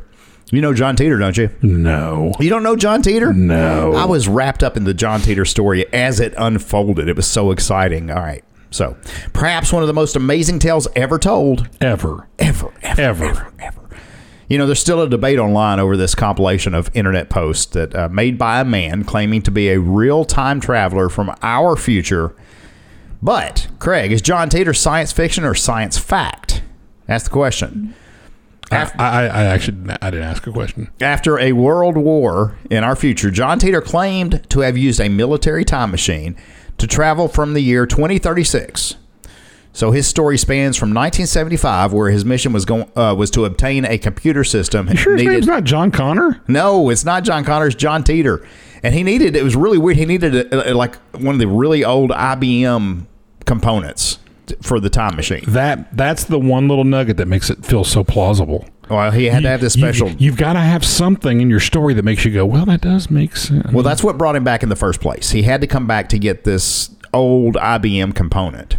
[SPEAKER 2] You know John Teeter, don't you?
[SPEAKER 3] No.
[SPEAKER 2] You don't know John Teeter?
[SPEAKER 3] No.
[SPEAKER 2] I was wrapped up in the John Teeter story as it unfolded. It was so exciting. All right. So, perhaps one of the most amazing tales ever told.
[SPEAKER 3] Ever.
[SPEAKER 2] Ever, ever,
[SPEAKER 3] Ever.
[SPEAKER 2] ever, ever. You know, there's still a debate online over this compilation of internet posts that uh, made by a man claiming to be a real time traveler from our future. But, Craig, is John Teeter science fiction or science fact? That's the question.
[SPEAKER 3] I, I, I actually, I didn't ask a question.
[SPEAKER 2] After a world war in our future, John Teeter claimed to have used a military time machine to travel from the year 2036. So his story spans from 1975, where his mission was going uh, was to obtain a computer system
[SPEAKER 3] You sure his
[SPEAKER 2] needed.
[SPEAKER 3] name's not John Connor?
[SPEAKER 2] no, it's not John Connors, John Teeter, and he needed. It was really weird. He needed a, a- like one of the really old IBM components t- for the time machine.
[SPEAKER 3] That That's the one little nugget that makes it feel so plausible.
[SPEAKER 2] Well, he had to have this special.
[SPEAKER 3] You, have got to have something in your story that makes you go, well, that does make sense.
[SPEAKER 2] Well, that's what brought him back in the first place. He had to come back to get this old IBM component.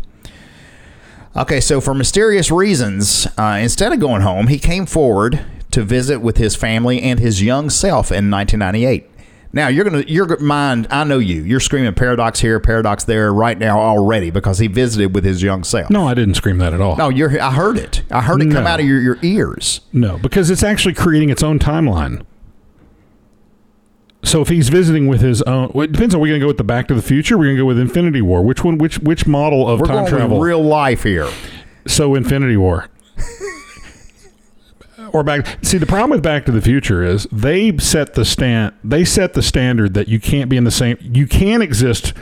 [SPEAKER 2] Okay, so for mysterious reasons, uh, instead of going home, he came forward to visit with his family and his young self in 1998. Now you're gonna your mind. I know you. You're screaming paradox here, paradox there, right now already because he visited with his young self.
[SPEAKER 3] No, I didn't scream that at all.
[SPEAKER 2] no, you're. I heard it. I heard it come
[SPEAKER 3] No.
[SPEAKER 2] out of your, your ears.
[SPEAKER 3] No, because it's actually creating its own timeline. So if he's visiting with his own, well, it depends. Are we going to go with the Back to the Future? We're going to go with Infinity War. Which one? Which which model of
[SPEAKER 2] We're
[SPEAKER 3] time
[SPEAKER 2] going
[SPEAKER 3] travel?
[SPEAKER 2] with real life here.
[SPEAKER 3] so Infinity War. or back see the problem with back to the future is they set the stand they set the standard that you can't be in the same you can exist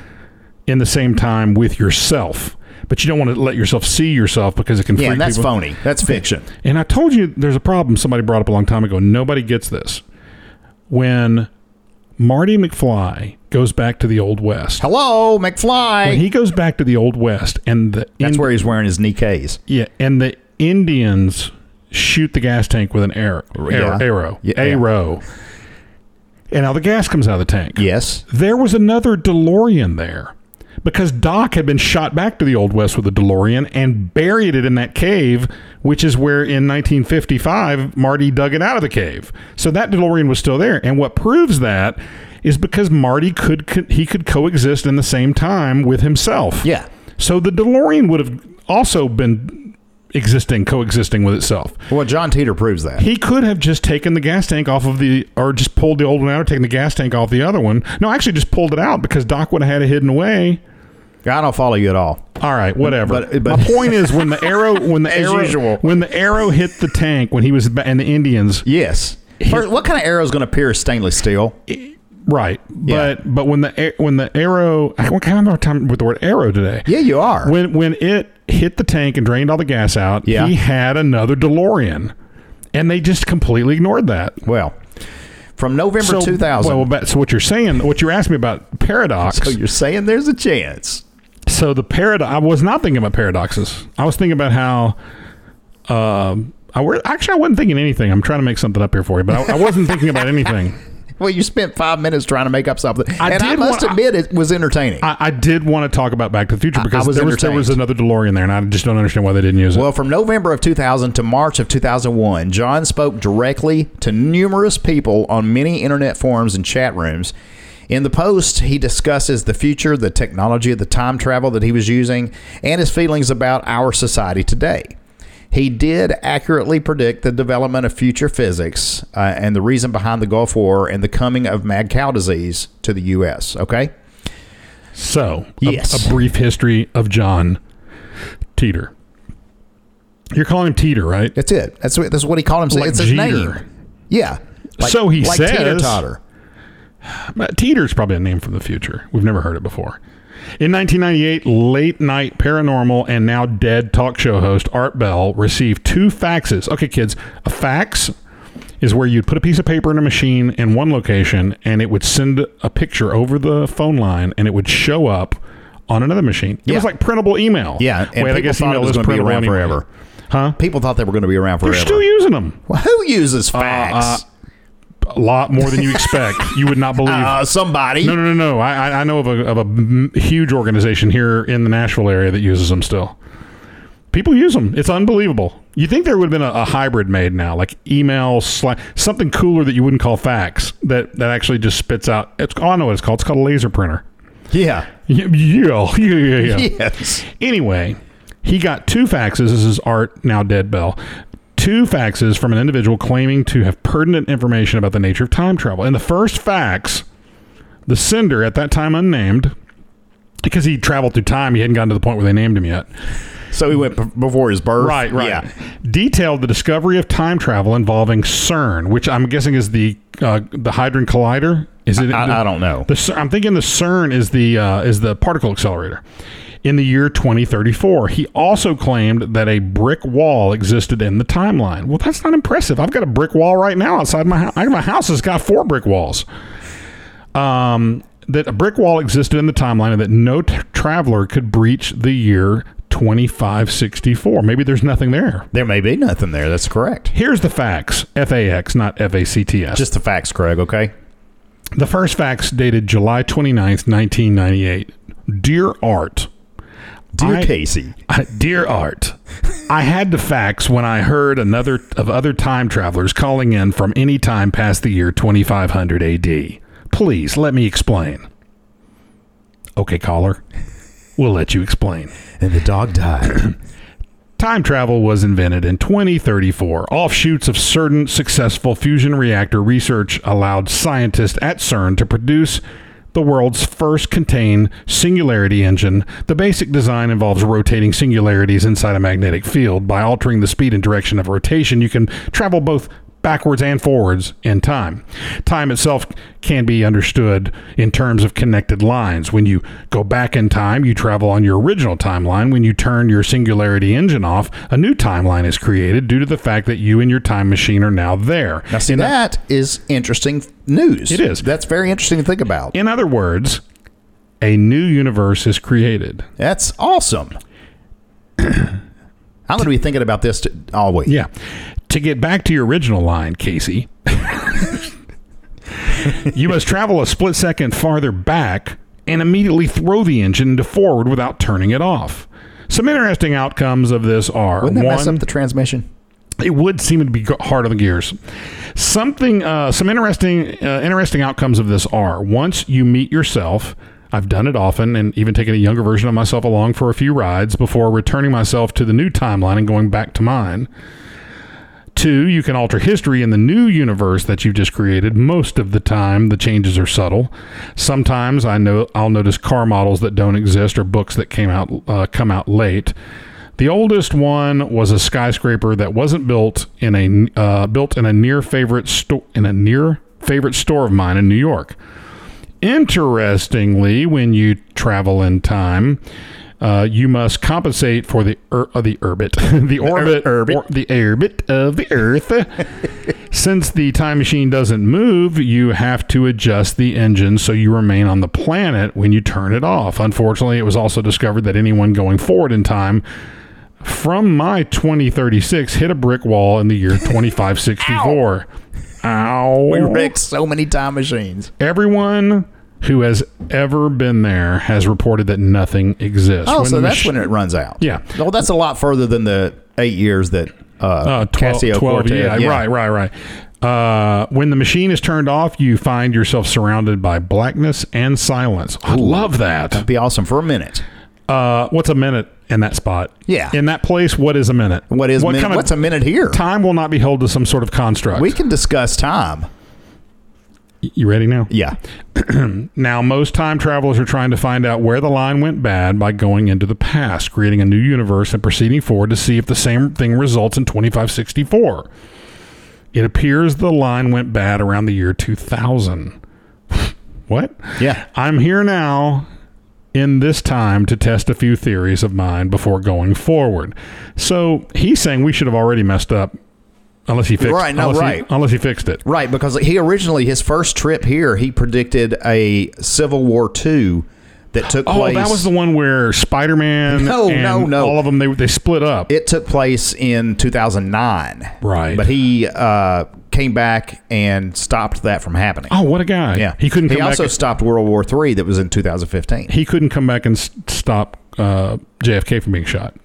[SPEAKER 3] in the same time with yourself but you don't want to let yourself see yourself because it can
[SPEAKER 2] Yeah,
[SPEAKER 3] freak
[SPEAKER 2] and that's
[SPEAKER 3] people.
[SPEAKER 2] phony. That's fiction.
[SPEAKER 3] And I told you there's a problem somebody brought up a long time ago. Nobody gets this. When Marty McFly goes back to the Old West,
[SPEAKER 2] Hello, McFly.
[SPEAKER 3] when he goes back to the Old West and the
[SPEAKER 2] that's
[SPEAKER 3] Ind-
[SPEAKER 2] where he's wearing his Nikes.
[SPEAKER 3] yeah, and the Indians shoot the gas tank with an arrow,
[SPEAKER 2] Yeah.
[SPEAKER 3] arrow, arrow,
[SPEAKER 2] Yeah.
[SPEAKER 3] arrow. and now the gas comes out of the tank.
[SPEAKER 2] Yes.
[SPEAKER 3] There was another DeLorean there because Doc had been shot back to the Old West with a DeLorean and buried it in that cave, which is where in 1955 Marty dug it out of the cave. So that DeLorean was still there, and what proves that is because Marty could co- he could coexist in the same time with himself.
[SPEAKER 2] Yeah.
[SPEAKER 3] So the DeLorean would have also been existing, coexisting with itself.
[SPEAKER 2] Well, John Teeter proves that.
[SPEAKER 3] He could have just taken the gas tank off of the, or just pulled the old one out, or taken the gas tank off the other one. No, actually, just pulled it out because Doc would have had it hidden away.
[SPEAKER 2] I don't follow you at all.
[SPEAKER 3] All right, whatever.
[SPEAKER 2] But- but-
[SPEAKER 3] My point is, when the arrow, when the
[SPEAKER 2] As
[SPEAKER 3] arrow,
[SPEAKER 2] usual.
[SPEAKER 3] when the arrow hit the tank, when he was ba- and the Indians,
[SPEAKER 2] Yes. First, what kind of arrow is going to pierce stainless steel?
[SPEAKER 3] right?
[SPEAKER 2] Yeah.
[SPEAKER 3] But but when the a- when the arrow, I can't remember time with the word arrow today.
[SPEAKER 2] Yeah, you are.
[SPEAKER 3] when when it hit the tank and drained all the gas out,
[SPEAKER 2] Yeah.
[SPEAKER 3] he had another DeLorean, and they just completely ignored that.
[SPEAKER 2] well, from November
[SPEAKER 3] so,
[SPEAKER 2] 2000.
[SPEAKER 3] Well, but, so what you're saying, what you're asking me about paradox.
[SPEAKER 2] so
[SPEAKER 3] So,
[SPEAKER 2] you're saying there's a chance.
[SPEAKER 3] the paradox. I was not thinking about paradoxes. I was thinking about how. Um, I were actually I wasn't thinking anything. I'm trying to make something up here for you, but I, I wasn't thinking about anything.
[SPEAKER 2] Well, you spent five minutes trying to make up something.
[SPEAKER 3] I
[SPEAKER 2] and I
[SPEAKER 3] did
[SPEAKER 2] must
[SPEAKER 3] wa-
[SPEAKER 2] admit, it was entertaining.
[SPEAKER 3] I, I did want to talk about Back to the Future
[SPEAKER 2] I
[SPEAKER 3] because
[SPEAKER 2] was
[SPEAKER 3] there, was, there was
[SPEAKER 2] entertained.
[SPEAKER 3] another DeLorean there, and I just don't understand why they didn't use it.
[SPEAKER 2] well, from November of 2000 to March of 2001, John spoke directly to numerous people on many internet forums and chat rooms. In the post, he discusses the future, the technology of the time travel that he was using, and his feelings about our society today. He did accurately predict the development of future physics uh, and the reason behind the Gulf War and the coming of mad cow disease to the U.S. Okay?
[SPEAKER 3] So, a-
[SPEAKER 2] Yes.
[SPEAKER 3] a, brief history of John Teeter. You're calling him Teeter, right?
[SPEAKER 2] That's it. That's what, that's what he called himself.
[SPEAKER 3] Like
[SPEAKER 2] it's his name.
[SPEAKER 3] Jeter.
[SPEAKER 2] Yeah.
[SPEAKER 3] So he
[SPEAKER 2] like
[SPEAKER 3] says-
[SPEAKER 2] teeter totter.
[SPEAKER 3] Uh, Teeter's probably a name from the future. We've never heard it before. In 1998, late night paranormal and now dead talk show host Art Bell received two faxes. Okay, kids, a fax is where you'd put a piece of paper in a machine in one location and it would send a picture over the phone line and it would show up on another machine. It was
[SPEAKER 2] Yeah.
[SPEAKER 3] like printable email.
[SPEAKER 2] Yeah, and
[SPEAKER 3] Wait, I
[SPEAKER 2] people
[SPEAKER 3] guess
[SPEAKER 2] thought it
[SPEAKER 3] email
[SPEAKER 2] was
[SPEAKER 3] is
[SPEAKER 2] gonna be
[SPEAKER 3] printable
[SPEAKER 2] around
[SPEAKER 3] anyway.
[SPEAKER 2] forever.
[SPEAKER 3] Huh?
[SPEAKER 2] People thought they were going to be around
[SPEAKER 3] They're
[SPEAKER 2] forever.
[SPEAKER 3] still Uh, using them.
[SPEAKER 2] well, who uses fax?
[SPEAKER 3] a lot more than you expect. you would not believe.
[SPEAKER 2] Uh, somebody.
[SPEAKER 3] no, no, no, no. I, I- I know of a, of a m- huge organization here in the Nashville area that uses them still. People use them. It's unbelievable. You think there would have been a, a hybrid made now, like email, sli- something cooler that you wouldn't call fax that, that actually just spits out. It's oh, I know what it's called. It's called a laser printer.
[SPEAKER 2] Yeah.
[SPEAKER 3] Yeah, yeah, yeah, yeah. yeah.
[SPEAKER 2] Yes.
[SPEAKER 3] Anyway, he got two faxes. This is Art, now dead Bell. Two faxes from an individual claiming to have pertinent information about the nature of time travel. In the first fax, the sender, at that time unnamed, because he traveled through time, he hadn't gotten to the point where they named him yet.
[SPEAKER 2] So he went b- before his birth.
[SPEAKER 3] Right, right.
[SPEAKER 2] Yeah.
[SPEAKER 3] Detailed the discovery of time travel involving CERN, which I'm guessing is the uh, the Hydrogen Collider. Is it?
[SPEAKER 2] I, I don't know.
[SPEAKER 3] The CERN, I'm thinking the CERN is the uh, is the particle accelerator. In the year 2034, he also claimed that a brick wall existed in the timeline. Well, that's not impressive. I've got a brick wall right now outside my house. My house has got four brick walls. Um, that a brick wall existed in the timeline, and that no t- traveler could breach the year 2564. Maybe there's nothing there.
[SPEAKER 2] There may be nothing there. That's correct.
[SPEAKER 3] Here's the facts: FAX, not FACTS.
[SPEAKER 2] Just the facts, Craig, okay?
[SPEAKER 3] The first fax dated July 29th, 1998. Dear Art.
[SPEAKER 2] Dear
[SPEAKER 3] I-
[SPEAKER 2] Casey.
[SPEAKER 3] Dear Art. I had to fax when I heard another of other time travelers calling in from any time past the year 2500 AD. Please let me explain. Okay, caller. We'll let you explain.
[SPEAKER 2] And the dog died.
[SPEAKER 3] Time travel was invented in 2034. Offshoots of certain successful fusion reactor research allowed scientists at CERN to produce the world's first contained singularity engine. The basic design involves rotating singularities inside a magnetic field. By altering the speed and direction of rotation, you can travel both backwards and forwards in time. Time itself can be understood in terms of connected lines. When you go back in time, you travel on your original timeline. When you turn your singularity engine off, a new timeline is created due to the fact that you and your time machine are now there.
[SPEAKER 2] now, see,
[SPEAKER 3] in, o-
[SPEAKER 2] that is interesting news.
[SPEAKER 3] It is.
[SPEAKER 2] That's very interesting to think about.
[SPEAKER 3] in other words, a new universe is created.
[SPEAKER 2] That's awesome. I'm going to be thinking about this t- all week.
[SPEAKER 3] Yeah. To get back to your original line, Casey, you must travel a split second farther back and immediately throw the engine into forward without turning it off. Some interesting outcomes of this are
[SPEAKER 2] Wouldn't that mess
[SPEAKER 3] one,
[SPEAKER 2] up the transmission?
[SPEAKER 3] it would seem to be g- hard on the gears. Something, uh, some interesting, uh, interesting outcomes of this are once you meet yourself. I've done it often, and even taken a younger version of myself along for a few rides before returning myself to the new timeline and going back to mine. Two, you can alter history in the new universe that you've just created. Most of the time, the changes are subtle. Sometimes I know I'll notice car models that don't exist or books that came out uh, come out late. The oldest one was a skyscraper that wasn't built in a uh, built in a near favorite store in a near favorite store of mine in New York. Interestingly, when you travel in time, uh, you must compensate for the er- uh, the orbit, the orbit,
[SPEAKER 2] orbit.
[SPEAKER 3] or- the orbit of the Earth. Since the time machine doesn't move, you have to adjust the engine so you remain on the planet when you turn it off. Unfortunately, it was also discovered that anyone going forward in time from my 2036 hit a brick wall in the year 2564. Ow.
[SPEAKER 2] We wrecked so many time machines.
[SPEAKER 3] Everyone who has ever been there has reported that nothing exists.
[SPEAKER 2] Oh,
[SPEAKER 3] When
[SPEAKER 2] so
[SPEAKER 3] the
[SPEAKER 2] that's
[SPEAKER 3] mach-
[SPEAKER 2] when it runs out.
[SPEAKER 3] Yeah.
[SPEAKER 2] Well, that's a lot further than the eight years that uh,
[SPEAKER 3] uh, 12,
[SPEAKER 2] Casio
[SPEAKER 3] 12,
[SPEAKER 2] Quartet.
[SPEAKER 3] yeah, right, right, right. Uh, when the machine is turned off, you find yourself surrounded by blackness and silence. I love that.
[SPEAKER 2] That'd be awesome for a minute.
[SPEAKER 3] Uh, what's a minute in that spot?
[SPEAKER 2] Yeah.
[SPEAKER 3] In that place, what is a minute?
[SPEAKER 2] What is minute,
[SPEAKER 3] kind of
[SPEAKER 2] what's a minute here?
[SPEAKER 3] time will not be held to some sort of construct.
[SPEAKER 2] We can discuss time.
[SPEAKER 3] Y- you ready now?
[SPEAKER 2] Yeah.
[SPEAKER 3] Now, most time travelers are trying to find out where the line went bad by going into the past, creating a new universe and proceeding forward to see if the same thing results in 2564. It appears the line went bad around the year 2000. what?
[SPEAKER 2] Yeah.
[SPEAKER 3] I'm here now in this time to test a few theories of mine before going forward. So he's saying we should have already messed up unless he fixed
[SPEAKER 2] Right, no,
[SPEAKER 3] unless he-
[SPEAKER 2] right.
[SPEAKER 3] unless he fixed it.
[SPEAKER 2] Right, because he originally his first trip here, he predicted a Civil War II that took
[SPEAKER 3] Oh,
[SPEAKER 2] place.
[SPEAKER 3] that was the one where Spider Man.
[SPEAKER 2] No, no, no.
[SPEAKER 3] All of them they they split up.
[SPEAKER 2] It took place in 2009.
[SPEAKER 3] Right.
[SPEAKER 2] But he uh, came back and stopped that from happening.
[SPEAKER 3] oh, what a guy!
[SPEAKER 2] yeah.
[SPEAKER 3] he couldn't. Come
[SPEAKER 2] He
[SPEAKER 3] back
[SPEAKER 2] also
[SPEAKER 3] and-
[SPEAKER 2] stopped World War III that was in 2015.
[SPEAKER 3] he couldn't come back and s- stop uh, JFK from being shot,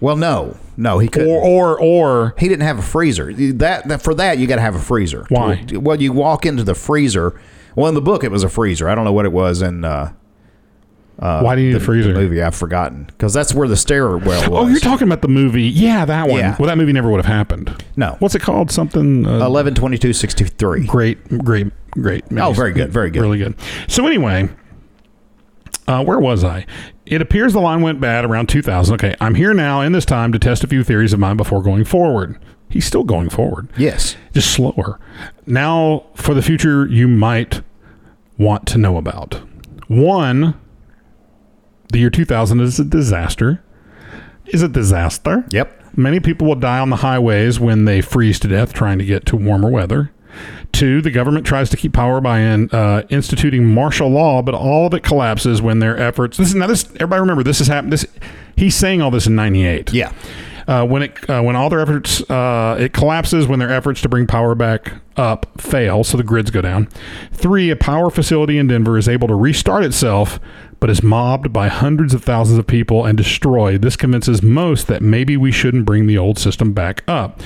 [SPEAKER 2] Well, no. No, he couldn't.
[SPEAKER 3] or or or
[SPEAKER 2] he didn't have a freezer. That, that for that you got to have a freezer.
[SPEAKER 3] Why?
[SPEAKER 2] Well, you walk into the freezer. Well, in the book it was a freezer. I don't know what it was in uh,
[SPEAKER 3] why do you need a freezer?
[SPEAKER 2] the movie. I've forgotten because that's where the stairwell was.
[SPEAKER 3] Oh, you're talking about the movie? Yeah, that one.
[SPEAKER 2] Yeah.
[SPEAKER 3] Well, that movie never would have happened.
[SPEAKER 2] No.
[SPEAKER 3] What's it called? Something. Uh,
[SPEAKER 2] 11 22 63
[SPEAKER 3] great, great, great.
[SPEAKER 2] Oh, very good, very good.
[SPEAKER 3] Really good. So anyway, uh, where was I? It appears the line went bad around 2000. Okay, I'm here now in this time to test a few theories of mine before going forward. He's still going forward,
[SPEAKER 2] yes
[SPEAKER 3] just slower. Now, for the future, you might want to know about one. The year 2000 is a disaster. Is a disaster.
[SPEAKER 2] yep
[SPEAKER 3] Many people will die on the highways when they freeze to death trying to get to warmer weather. Two, the government tries to keep power by in, uh, instituting martial law, but all of it collapses when their efforts. This is now this. Everybody remember this has happened. This he's saying all this in '98.
[SPEAKER 2] yeah
[SPEAKER 3] Uh, when it uh, when all their efforts uh, it collapses when their efforts to bring power back up fail, so the grids go down. Three, a power facility in Denver is able to restart itself, but is mobbed by hundreds of thousands of people and destroyed. This convinces most that maybe we shouldn't bring the old system back up.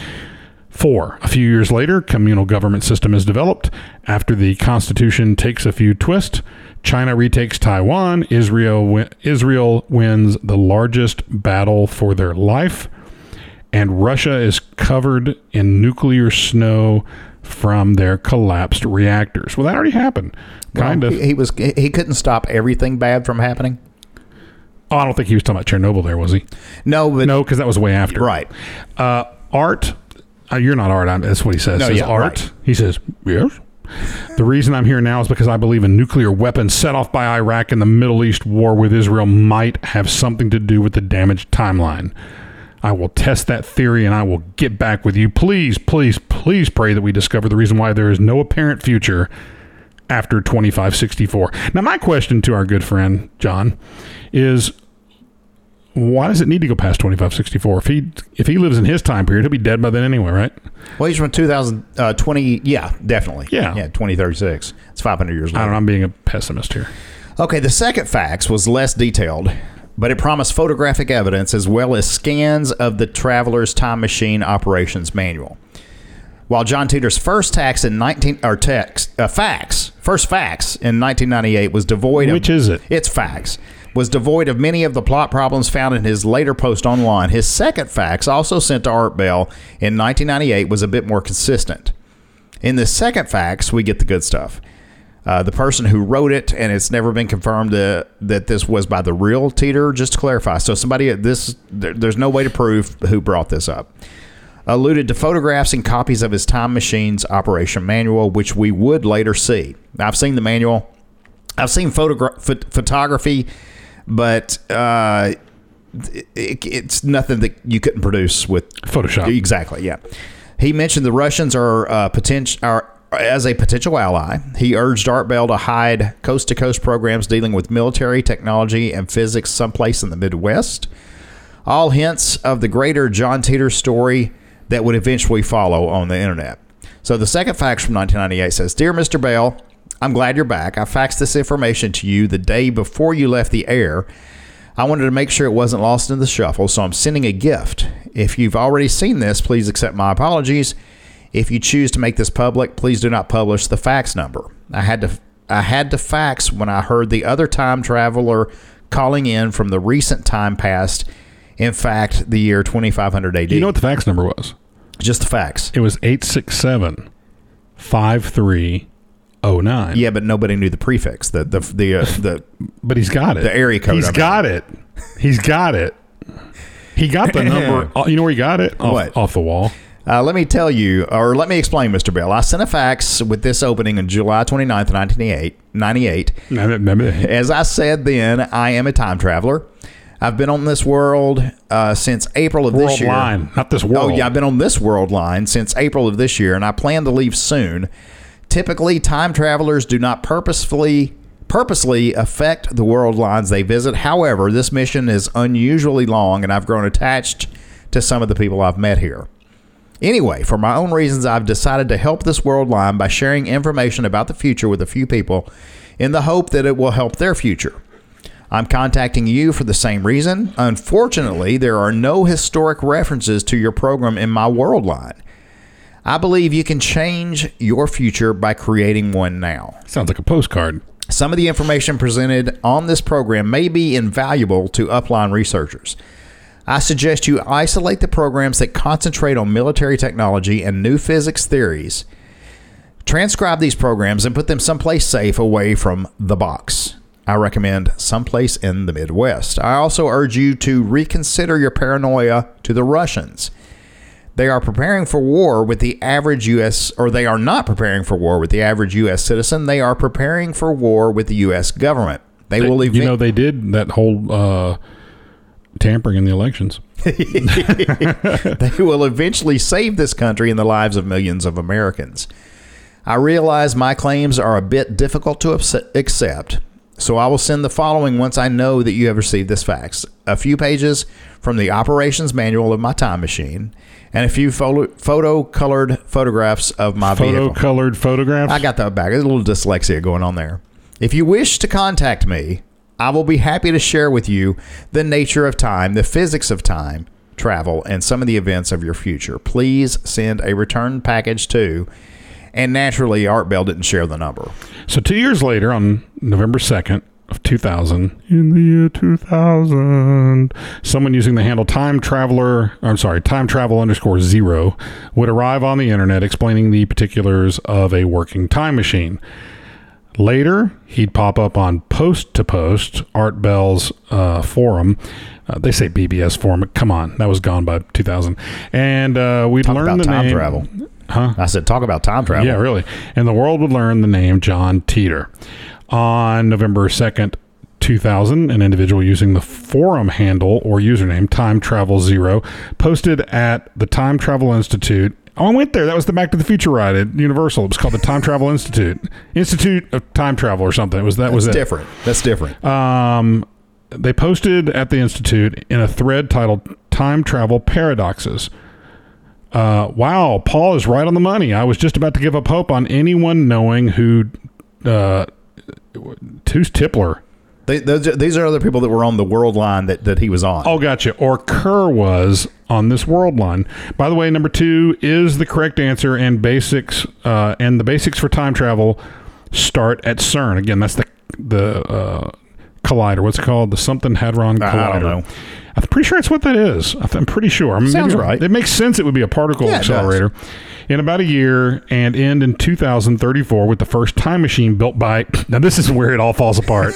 [SPEAKER 3] Four, a few years later, communal government system is developed. After the Constitution takes a few twists, China retakes Taiwan. Israel, wi- Israel wins the largest battle for their life, and Russia is covered in nuclear snow from their collapsed reactors. Well, that already happened, kind
[SPEAKER 2] Well,
[SPEAKER 3] of.
[SPEAKER 2] He, he was he he couldn't stop everything bad from happening.
[SPEAKER 3] Oh, I don't think he was talking about Chernobyl. There was he?
[SPEAKER 2] No, but
[SPEAKER 3] No, because that was way after.
[SPEAKER 2] right.
[SPEAKER 3] uh, art. Uh, you're not art. I'm, that's what he says.
[SPEAKER 2] No,
[SPEAKER 3] says
[SPEAKER 2] yeah,
[SPEAKER 3] art.
[SPEAKER 2] right.
[SPEAKER 3] He says yes. The reason I'm here now is because I believe a nuclear weapon set off by Iraq in the Middle East war with Israel might have something to do with the damaged timeline. I will test that theory and I will get back with you. Please, please, please pray that we discover the reason why there is no apparent future after 2564. Now, my question to our good friend John is why does it need to go past 2564 if he if he lives in his time period he'll be dead by then anyway right
[SPEAKER 2] Well, he's from 2020. Yeah, definitely.
[SPEAKER 3] Yeah.
[SPEAKER 2] yeah, 2036. It's 500 years
[SPEAKER 3] i
[SPEAKER 2] later.
[SPEAKER 3] don't know i'm being a pessimist here
[SPEAKER 2] Okay, the second fax was less detailed, but it promised photographic evidence as well as scans of the traveler's time machine operations manual. While John Teeter's first tax in 19 or text uh, fax, first fax in 1998 was devoid of
[SPEAKER 3] Which is it?
[SPEAKER 2] It's fax was devoid of many of the plot problems found in his later post online. His second fax, also sent to Art Bell in 1998, was a bit more consistent. In the second fax, we get the good stuff. Uh, the person who wrote it, and it's never been confirmed uh, that this was by the real Teeter. Just to clarify, so somebody this there, there's no way to prove who brought this up. Alluded to photographs and copies of his time machine's operation manual, which we would later see. I've seen the manual. I've seen photogra- phot- photography, but uh, it, it- it's nothing that you couldn't produce with
[SPEAKER 3] photoshop
[SPEAKER 2] Exactly. Yeah. He mentioned the Russians are uh, potential are as a potential ally. He urged Art Bell to hide coast to coast programs dealing with military technology and physics someplace in the Midwest. All hints of the greater John Teeter story that would eventually follow on the internet. So the second fax from 1998 says, "Dear Mr. Bell." I'm glad you're back. I faxed this information to you the day before you left the air I wanted to make sure it wasn't lost in the shuffle, so I'm sending a gift. If you've already seen this, please accept my apologies. If you choose to make this public, please do not publish the fax number. I had to I had to fax when I heard the other time traveler calling in from the recent time past. In fact, the year 2500 AD.
[SPEAKER 3] you know what the fax number was
[SPEAKER 2] Just the fax.
[SPEAKER 3] it was 867 5309
[SPEAKER 2] Yeah, but nobody knew the prefix. The the the uh, the
[SPEAKER 3] but he's got it
[SPEAKER 2] The area code,
[SPEAKER 3] he's
[SPEAKER 2] I mean.
[SPEAKER 3] got it he's got it he got the number oh, you know where he got it off,
[SPEAKER 2] What?
[SPEAKER 3] off the wall
[SPEAKER 2] Uh, let me tell you, or let me explain, Mr. Bell. I sent a fax with this opening on July 29th, 1998, 98,
[SPEAKER 3] I remember that.
[SPEAKER 2] As I said then, I am a time traveler. I've been on this world uh, since April of
[SPEAKER 3] world
[SPEAKER 2] this year.
[SPEAKER 3] line not this world
[SPEAKER 2] Oh, yeah, I've been on this world line since April of this year, and I plan to leave soon. Typically, time travelers do not purposefully purposely affect the world lines they visit. However, this mission is unusually long, and I've grown attached to some of the people I've met here. Anyway, for my own reasons, I've decided to help this world line by sharing information about the future with a few people in the hope that it will help their future. I'm contacting you for the same reason. Unfortunately, there are no historic references to your program in my world line. I believe you can change your future by creating one now.
[SPEAKER 3] sounds like a postcard
[SPEAKER 2] Some of the information presented on this program may be invaluable to upline researchers. I suggest you isolate the programs that concentrate on military technology and new physics theories. Transcribe these programs and put them someplace safe away from the box. I recommend someplace in the Midwest. I also urge you to reconsider your paranoia to the Russians. They are preparing for war with the average U.S., or they are not preparing for war with the average U.S. citizen. They are preparing for war with the U.S. government. They, will even.
[SPEAKER 3] you know they did that whole uh, tampering in the elections
[SPEAKER 2] they will eventually save this country and the lives of millions of Americans. I realize my claims are a bit difficult to abs- accept, so I will send the following once I know that you have received this fax. A few pages from the operations manual of my time machine, and a few photo, photo colored photographs of my
[SPEAKER 3] photo
[SPEAKER 2] vehicle.
[SPEAKER 3] colored photographs
[SPEAKER 2] I got that back. There's a little dyslexia going on there. If you wish to contact me, I will be happy to share with you the nature of time, the physics of time, travel, and some of the events of your future. Please send a return package to. And naturally, Art Bell didn't share the number.
[SPEAKER 3] So two years later, on November 2nd of 2000, in the year 2000, someone using the handle time traveler, I'm sorry, time travel underscore zero, would arrive on the internet explaining the particulars of a working time machine. Later, he'd pop up on post to post Art Bell's uh, forum. Uh, they say BBS forum. but Come on, that was gone by 2000. And uh, we'd
[SPEAKER 2] Talk
[SPEAKER 3] learn
[SPEAKER 2] about
[SPEAKER 3] the
[SPEAKER 2] time
[SPEAKER 3] name-
[SPEAKER 2] travel.
[SPEAKER 3] huh?
[SPEAKER 2] I said, talk about time travel.
[SPEAKER 3] Uh-huh. Yeah, really. And the world would learn the name John Teeter. On November 2nd, 2000, an individual using the forum handle or username Time Travel Zero posted at the Time Travel Institute. Oh, I went there. That was the Back to the Future ride at Universal. It was called the Time Travel Institute, Institute of Time Travel or something. It was that was
[SPEAKER 2] That's
[SPEAKER 3] it.
[SPEAKER 2] different. That's different.
[SPEAKER 3] Um, they posted at the institute in a thread titled "Time Travel Paradoxes." Uh, wow, Paul is right on the money. I was just about to give up hope on anyone knowing who, uh, who's Tipler.
[SPEAKER 2] They, those, are- these are other people that were on the world line that, that he was on.
[SPEAKER 3] Oh, gotcha. Or Kerr was on this world line. By the way, number two is the correct answer, and basics uh, and the basics for time travel start at CERN. Again, that's the the uh, collider. What's it called? The something hadron collider.
[SPEAKER 2] I- I don't know.
[SPEAKER 3] I'm pretty sure that's what that is. I th- I'm pretty sure. I mean,
[SPEAKER 2] Sounds
[SPEAKER 3] maybe-
[SPEAKER 2] right.
[SPEAKER 3] It makes sense. It would be a particle
[SPEAKER 2] Yeah, it does.
[SPEAKER 3] accelerator. In about a year, and end in 2034 with the first time machine built by. Now this is where it all falls apart.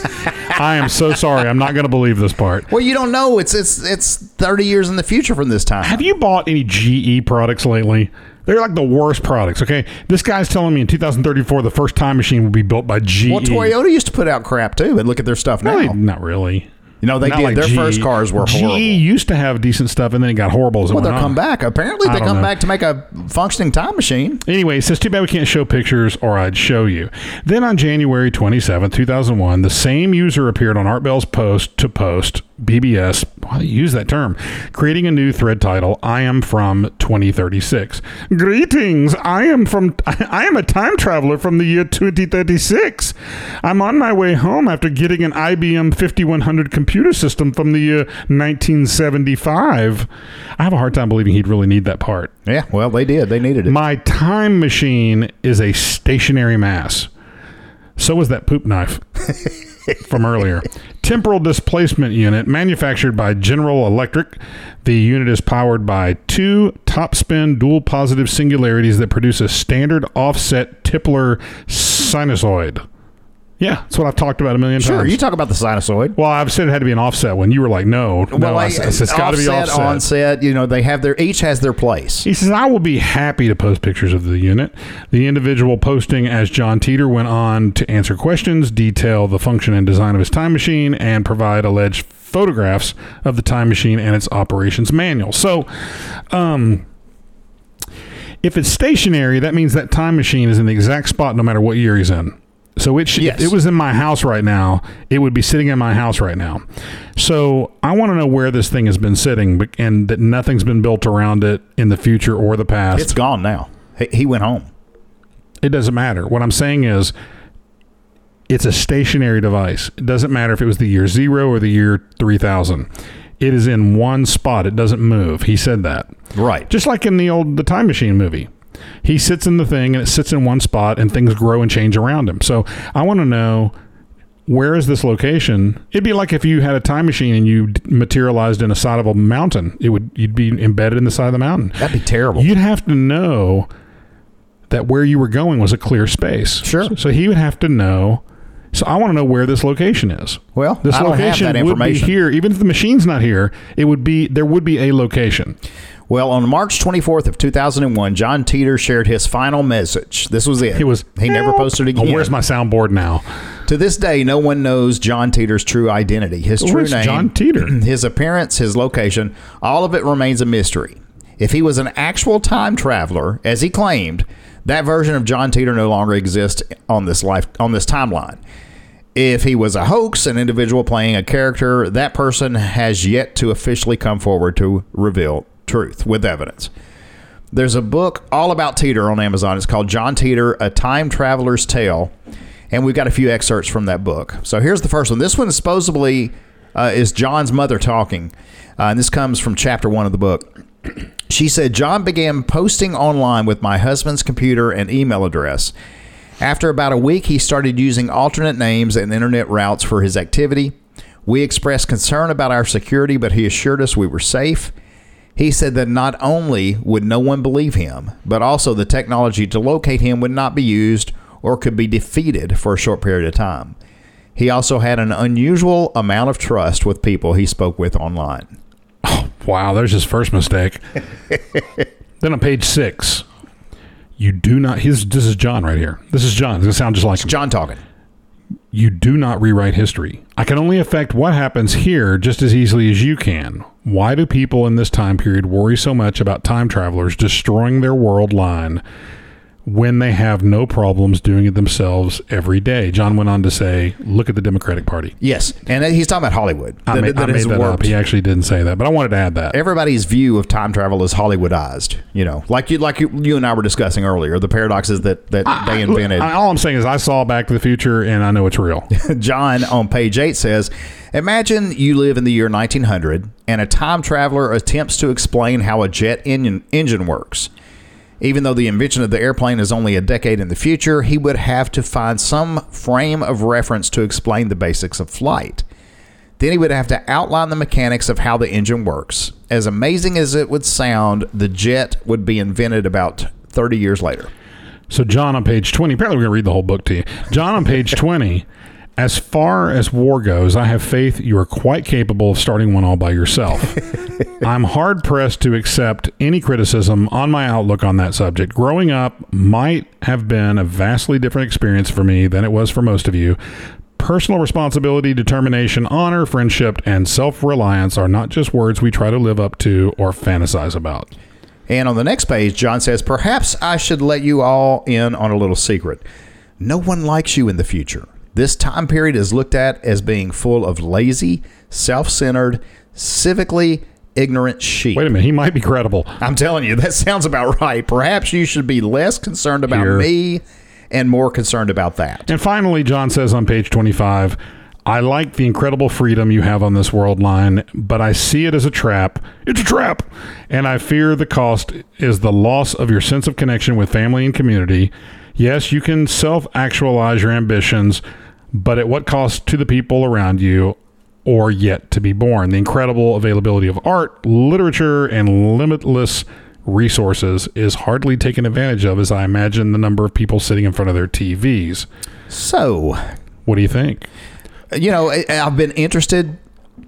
[SPEAKER 3] I am so sorry. I'm not going to believe this part.
[SPEAKER 2] Well, you don't know. It's it's it's thirty years in the future from this time.
[SPEAKER 3] Have you bought any GE products lately? They're like the worst products. Okay, this guy's telling me in 2034 the first time machine will be built by GE.
[SPEAKER 2] Well, Toyota used to put out crap too, and look at their stuff now.
[SPEAKER 3] Really? Not really.
[SPEAKER 2] You know, they
[SPEAKER 3] Not
[SPEAKER 2] did.
[SPEAKER 3] like
[SPEAKER 2] their
[SPEAKER 3] GE.
[SPEAKER 2] first cars were horrible.
[SPEAKER 3] GE E used to have decent stuff, and then it got horrible. As it
[SPEAKER 2] well,
[SPEAKER 3] went
[SPEAKER 2] they'll
[SPEAKER 3] on.
[SPEAKER 2] come back. Apparently,
[SPEAKER 3] I
[SPEAKER 2] they
[SPEAKER 3] don't
[SPEAKER 2] come
[SPEAKER 3] know.
[SPEAKER 2] back to make a functioning time machine.
[SPEAKER 3] Anyway, it says, too bad we can't show pictures or I'd show you. Then on January 27, 2001, the same user appeared on Art Bell's post to post BBS, why do you use that term, creating a new thread title, I am from 2036. Greetings, I am from, I am a time traveler from the year 2036. I'm on my way home after getting an IBM 5100 computer system from the year 1975. I have a hard time believing he'd really need that part.
[SPEAKER 2] Yeah, well, they did. They needed it.
[SPEAKER 3] My time machine is a stationary mass. So was that poop knife from earlier. Temporal displacement unit manufactured by General Electric. The unit is powered by two top spin dual positive singularities that produce a standard offset Tipler sinusoid. Yeah, that's what I've talked about a million
[SPEAKER 2] sure,
[SPEAKER 3] times.
[SPEAKER 2] you talk about the sinusoid.
[SPEAKER 3] well, I've said it had to be an offset one. You were like, no, no, I, said, it's got to be offset.
[SPEAKER 2] onset. You know, they have their each has their place.
[SPEAKER 3] He says, I will be happy to post pictures of the unit. The individual posting as John Teeter went on to answer questions, detail the function and design of his time machine, and provide alleged photographs of the time machine and its operations manual. So, um, if it's stationary, that means that time machine is in the exact spot no matter what year he's in. So it should,
[SPEAKER 2] Yes.
[SPEAKER 3] if it was in my house right now, it would be sitting in my house right now. So I want to know where this thing has been sitting bec- and that nothing's been built around it in the future or the past.
[SPEAKER 2] It's gone now. He, he went home.
[SPEAKER 3] it doesn't matter. What I'm saying is it's a stationary device. It doesn't matter if it was the year 0 or the year 3000. It is in one spot. It doesn't move. He said that.
[SPEAKER 2] Right.
[SPEAKER 3] Just like in the old the time machine movie. He sits in the thing and it sits in one spot and things grow and change around him. So I want to know where is this location? It'd be like if you had a time machine and you d- materialized in a side of a mountain. It would you'd be embedded in the side of the mountain.
[SPEAKER 2] That'd be terrible.
[SPEAKER 3] You'd have to know that where you were going was a clear space.
[SPEAKER 2] Sure.
[SPEAKER 3] So, so he would have to know. So I want to know where this location is.
[SPEAKER 2] Well,
[SPEAKER 3] this
[SPEAKER 2] I don't have
[SPEAKER 3] location
[SPEAKER 2] that
[SPEAKER 3] would be
[SPEAKER 2] information.
[SPEAKER 3] here, even if the machine's not here. It would be there would be a location.
[SPEAKER 2] Well, on March 24th of 2001, John Teeter shared his final message. This was it.
[SPEAKER 3] It was
[SPEAKER 2] he never
[SPEAKER 3] "Help."
[SPEAKER 2] posted again.
[SPEAKER 3] Oh, where's my soundboard now?
[SPEAKER 2] To this day, no one knows John Teeter's true identity. His
[SPEAKER 3] Well,
[SPEAKER 2] true
[SPEAKER 3] it's
[SPEAKER 2] name,
[SPEAKER 3] John Teeter.
[SPEAKER 2] his appearance, his location, all of it remains a mystery. If he was an actual time traveler, as he claimed, that version of John Teeter no longer exists on this life on this timeline. If he was a hoax, an individual playing a character, that person has yet to officially come forward to reveal truth with evidence. There's a book all about Teeter on Amazon. It's called John Teeter, A Time Traveler's Tale. And we've got a few excerpts from that book. So here's the first one. This one is supposedly uh, is John's mother talking. Uh, and this comes from chapter one of the book. She said, John began posting online with my husband's computer and email address. After about a week, he started using alternate names and internet routes for his activity. We expressed concern about our security, but he assured us we were safe. He said that not only would no one believe him, but also the technology to locate him would not be used or could be defeated for a short period of time. He also had an unusual amount of trust with people he spoke with online.
[SPEAKER 3] Wow, there's his first mistake. then on page six, you do not. His this is John right here. This is John. It's gonna sound just like him.
[SPEAKER 2] John talking.
[SPEAKER 3] You do not rewrite history. I can only affect what happens here just as easily as you can. Why do people in this time period worry so much about time travelers destroying their world line when they have no problems doing it themselves every day? John went on to say, "Look at the Democratic Party."
[SPEAKER 2] Yes, and he's talking about Hollywood.
[SPEAKER 3] I, ma- I made
[SPEAKER 2] has
[SPEAKER 3] that up.
[SPEAKER 2] warped-
[SPEAKER 3] He actually didn't say that, but I wanted to add that.
[SPEAKER 2] everybody's view of time travel is Hollywoodized. You know, like you like you, you and I were discussing earlier, the paradoxes that that they
[SPEAKER 3] Look,
[SPEAKER 2] invented.
[SPEAKER 3] I- all I'm saying is I saw Back to the Future and I know it's real.
[SPEAKER 2] John on page eight says, "Imagine you live in the year 1900, and a time traveler attempts to explain how a jet engine engine works." Even though the invention of the airplane is only a decade in the future, he would have to find some frame of reference to explain the basics of flight. Then he would have to outline the mechanics of how the engine works. As amazing as it would sound, the jet would be invented about 30 years later.
[SPEAKER 3] So John on page 20, apparently we're going to read the whole book to you. John on page 20, as far as war goes, I have faith you are quite capable of starting one all by yourself. I'm hard pressed to accept any criticism on my outlook on that subject. Growing up might have been a vastly different experience for me than it was for most of you. Personal responsibility, determination, honor, friendship, and self reliance are not just words we try to live up to or fantasize about.
[SPEAKER 2] And on the next page, John says, Perhaps I should let you all in on a little secret. No one likes you in the future. This time period is looked at as being full of lazy, self centered, civically ignorant sheep.
[SPEAKER 3] Wait a minute, he might be credible.
[SPEAKER 2] I'm telling you, that sounds about right. Perhaps you should be less concerned about
[SPEAKER 3] Here.
[SPEAKER 2] me and more concerned about that.
[SPEAKER 3] And finally, John says on page 25, I like the incredible freedom you have on this world line, but I see it as a trap. It's a trap. And I fear the cost is the loss of your sense of connection with family and community. Yes, you can self actualize your ambitions, but at what cost to the people around you or yet to be born? The incredible availability of art, literature, and limitless resources is hardly taken advantage of as I imagine the number of people sitting in front of their TVs.
[SPEAKER 2] So,
[SPEAKER 3] What do you think?
[SPEAKER 2] you know, I, I've been interested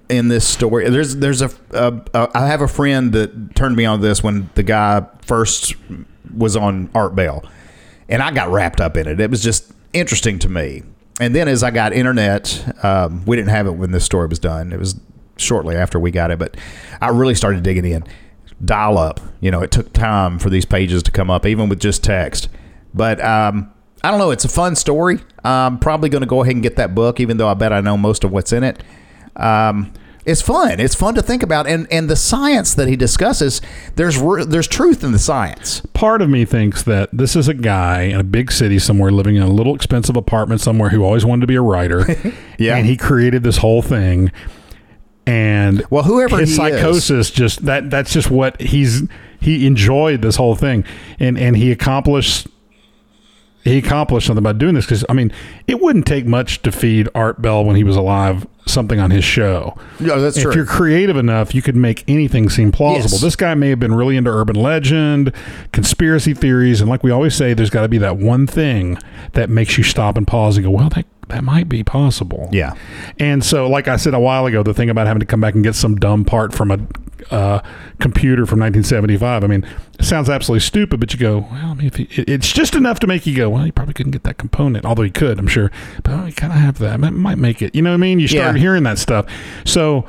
[SPEAKER 2] in this story. There's, there's a, a, a, I have a friend that turned me on to this when the guy first was on Art Bell, and I got wrapped up in it. It was just interesting to me. And then as I got internet, um, we didn't have it when this story was done. It was shortly after we got it, but I really started digging in. Dial up, you know, it took time for these pages to come up, even with just text. But um, I don't know. It's a fun story. I'm probably going to go ahead and get that book, even though I bet I know most of what's in it. Um, it's fun. It's fun to think about, and and the science that he discusses. There's re- there's truth in the science.
[SPEAKER 3] Part of me thinks that this is a guy in a big city somewhere living in a little expensive apartment somewhere who always wanted to be a writer.
[SPEAKER 2] Yeah.
[SPEAKER 3] And he created this whole thing. And
[SPEAKER 2] Well, whoever
[SPEAKER 3] his
[SPEAKER 2] he is-
[SPEAKER 3] psychosis just that that's just what he's he enjoyed this whole thing. And and he accomplished he accomplished something by doing this because I mean it wouldn't take much to feed Art Bell when he was alive something on his show.
[SPEAKER 2] Yeah, that's
[SPEAKER 3] if you're creative enough, you could make anything seem plausible.
[SPEAKER 2] Yes.
[SPEAKER 3] This guy may have been really into urban legend, conspiracy theories, and like we always say, there's got to be that one thing that makes you stop and pause and go, "Well, that that might be possible."
[SPEAKER 2] Yeah.
[SPEAKER 3] And so, like I said a while ago, the thing about having to come back and get some dumb part from a uh, computer from 1975. I mean, it sounds absolutely stupid, but you go, well, I mean, if he, it, it's just enough to make you go, well, you probably couldn't get that component, although you could, I'm sure. But oh, you kind of have that. That might make it. You know what I mean? You start
[SPEAKER 2] Yeah.
[SPEAKER 3] hearing that stuff. So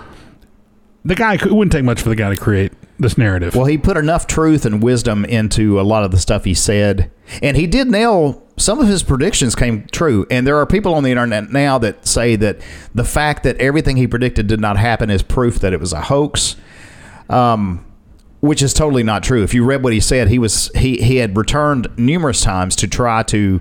[SPEAKER 3] the guy it wouldn't take much for the guy to create this narrative.
[SPEAKER 2] Well, he put enough truth and wisdom into a lot of the stuff he said, and he did nail some of his predictions came true. And there are people on the internet now that say that the fact that everything he predicted did not happen is proof that it was a hoax, um, which is totally not true. If you read what he said, he was he he had returned numerous times to try to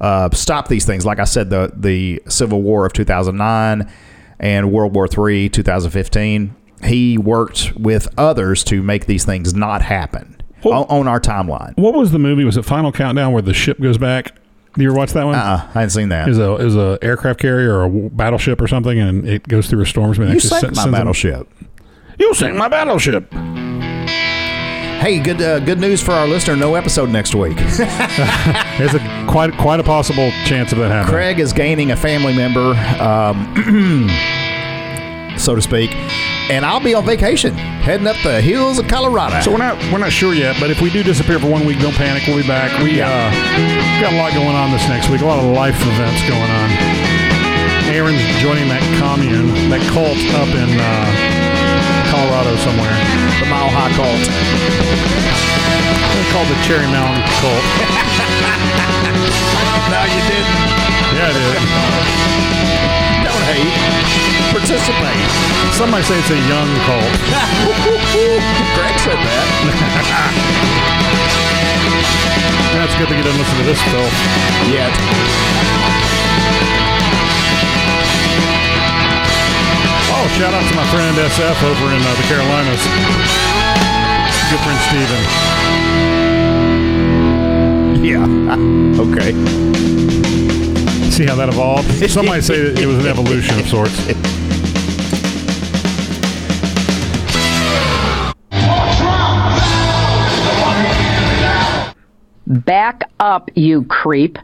[SPEAKER 2] uh, stop these things. Like I said, the the Civil War of two thousand nine. and World War III, 2015. He worked with others to make these things not happen
[SPEAKER 3] Well-
[SPEAKER 2] on, on our timeline.
[SPEAKER 3] What was the movie? Was it Final Countdown where the ship goes back? Do you ever watch that one?
[SPEAKER 2] Uh, I hadn't seen that.
[SPEAKER 3] Is a is a aircraft carrier or a w- battleship or something, and it goes through a storm. and
[SPEAKER 2] You
[SPEAKER 3] actually sen-
[SPEAKER 2] sank my
[SPEAKER 3] sends them-
[SPEAKER 2] battleship.
[SPEAKER 3] You sank my battleship.
[SPEAKER 2] Hey, good uh, good news for our listener. No episode next week.
[SPEAKER 3] There's a quite quite a possible chance of that happening.
[SPEAKER 2] Craig is gaining a family member, um, so to speak, and I'll be on vacation, heading up the hills of Colorado.
[SPEAKER 3] So we're not we're not sure yet, but if we do disappear for one week, don't panic. We'll be back. We uh, got a lot going on this next week. A lot of life events going on. Aaron's joining that commune, that cult up in uh, Colorado somewhere.
[SPEAKER 2] the Mile High Cult.
[SPEAKER 3] It's called the Cherry Mountain Cult.
[SPEAKER 2] No, you didn't.
[SPEAKER 3] Yeah, it is.
[SPEAKER 2] Don't hate. Participate.
[SPEAKER 3] Some might say it's a young cult.
[SPEAKER 2] Craig said that.
[SPEAKER 3] That's good thing you didn't listen to this, Phil.
[SPEAKER 2] Yeah.
[SPEAKER 3] Oh, shout out to my friend SF over in uh, the Carolinas. Good friend Steven.
[SPEAKER 2] Yeah. okay.
[SPEAKER 3] See how that evolved? Some might say that it was an evolution of sorts.
[SPEAKER 5] Back up, you creep.